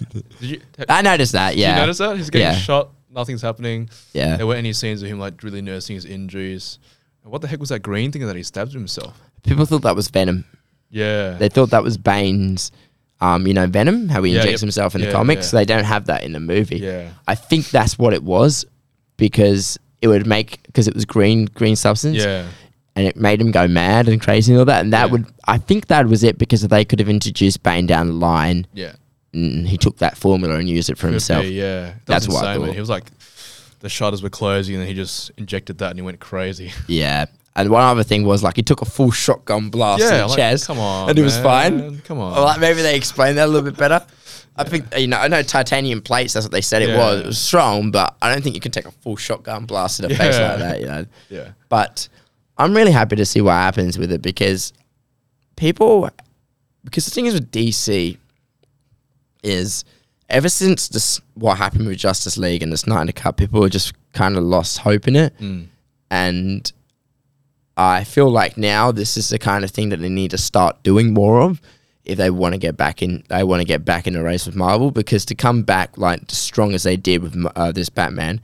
Did you, ha-
I noticed that.
you
Yeah,
notice that he's getting
Yeah.
shot? Nothing's happening.
Yeah.
There were any scenes of him like really nursing his injuries. And what the heck was that green thing that he stabbed himself?
people thought that was Venom.
Yeah.
They thought that was Bane's. Um, you know Venom, how he
Yeah,
injects
yep.
himself in
Yeah,
the comics.
yeah.
They don't have that in the movie.
yeah.
I think that's what it was because it would make because it was green green substance
Yeah.
and it made him go mad and crazy and all that and that
Yeah.
would I think that was it because they could have introduced Bane down the line
Yeah.
and he took that formula and used it for
Could
himself.
be, yeah. That
That's
was
what I
insane, man.
thought.
He was like, the shutters were closing, and then he just injected that, and he went crazy.
Yeah. And one other thing was like he took a full shotgun blast in the
like,
chest.
Come on.
And it was
man.
fine.
Come on.
Or like maybe they explained that a little bit better. I think you know I know titanium plates. That's what they said it
Yeah.
was. It was strong, but I don't think you can take a full shotgun blast to the face
Yeah.
like that. You know.
yeah.
But I'm really happy to see what happens with it because people, because the thing is with DC, is ever since this what happened with Justice League and the Snyder Cut, people just kind of lost hope in it, and I feel like now this is the kind of thing that they need to start doing more of if they want to get back in. They want to get back in the race with Marvel because to come back like as strong as they did with m- uh, this Batman,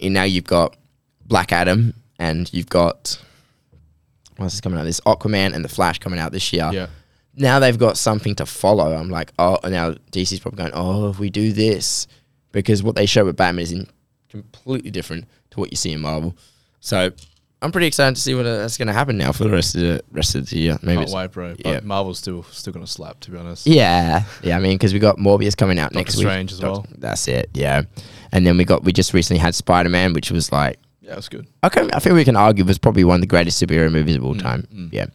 and now you've got Black Adam and you've got what's this coming out? This Aquaman and the Flash coming out this year
Yeah.
now they've got something to follow. I'm like, oh, and now DC's probably going, oh, if we do this, because what they show with Batman is in completely different to what you see in Marvel. So I'm pretty excited to see what uh, that's going to happen now for the rest of the rest of the year. Maybe
Can't
it's-
wait, bro. But
yeah.
Marvel's still still gonna slap, to be honest.
yeah, yeah. I mean, because we got Morbius coming out next
Strange
week.
as
Doc-
well.
That's it. Yeah, and then we got we just recently had Spider Man, which was like
Yeah, it was good.
Okay, I think we can argue it was probably one of the greatest superhero movies of
Mm,
all time. Yeah.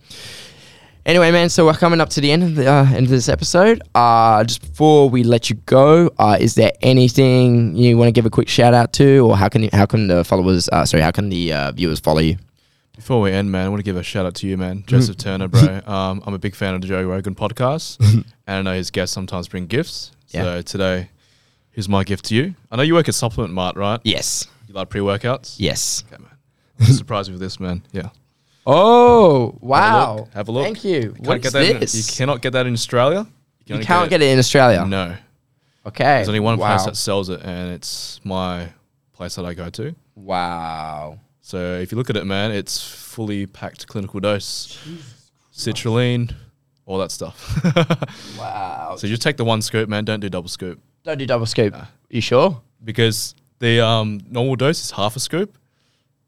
Anyway, man, so we're coming up to the end of the uh, end of this episode. Uh, just before we let you go, uh, is there anything you want to give a quick shout out to, or how can you, how can the followers, uh, sorry, how can the uh, viewers follow you?
Before we end, man, I want to give a shout out to you, man, Joseph
Mm.
Turner, bro. Um, I'm a big fan of the Joe Rogan podcast, and I know his guests sometimes bring gifts.
Yeah.
So today, here's my gift to you. I know you work at Supplement Mart, right?
Yes,
You like pre workouts?
yes.
Okay, man. I'm gonna surprise you with this, man. Yeah.
Oh wow!
look, have a look.
Thank you.
You
What's
get that in-
this?
you cannot get that in Australia.
You
only
can't get it in Australia.
No.
Okay.
There's only one
wow.
place that sells it, and it's my place that I go to.
Wow.
So if you look at it, man, it's fully packed clinical dose, citrulline, all that stuff.
Wow.
so just take the one scoop, man. Don't do double scoop
Don't do double scoop.
Uh.
You sure?
because the um, normal dose is half a scoop.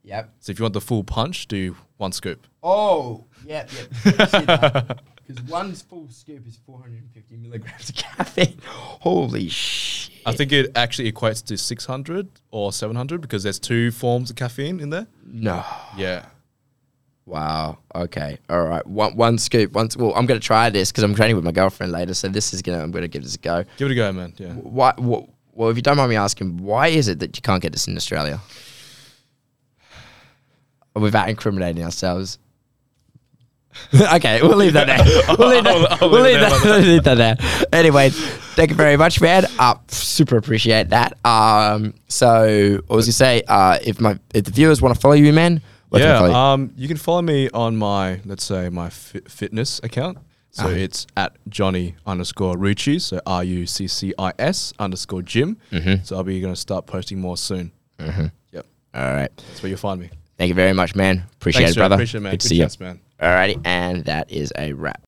Yep.
So if you want the full punch, do one scoop.
Oh, yep, yep. Because one full scoop is 450 milligrams of caffeine. Holy shit.
I think it actually equates to 600 or 700 because there's two forms of caffeine in there.
No.
Yeah.
Wow. Okay. All right. One, one scoop. One, s- well, I'm going to try this because I'm training with my girlfriend later. So this is going to, I'm going to give this a go.
Give it a go, man. Yeah.
Why, wh- well, if you don't mind me asking, why is it that you can't get this in Australia? Without incriminating ourselves. okay, we'll leave that there. We'll leave that,
I'll- I'll
we'll leave
leave it there.
that, we'll leave that there. Anyway, thank you very much, man. Uh, super appreciate that. Um, so, what was you say? Uh, if my if the viewers want to follow you, man, where can they
yeah.
follow you?
Um, you can follow me on my, let's say, my fi- fitness account.
Ah.
So it's at Johnny underscore Rucci. So R U C C I S underscore gym.
Mm-hmm.
So I'll be going to start posting more soon. Yep.
All right.
That's where you'll find me.
Thank you very much, man. Appreciate
Thanks,
it,
Joe.
brother.
Appreciate it, man.
Good to
Good
see
chats,
you.
man.
All righty, and that is a wrap.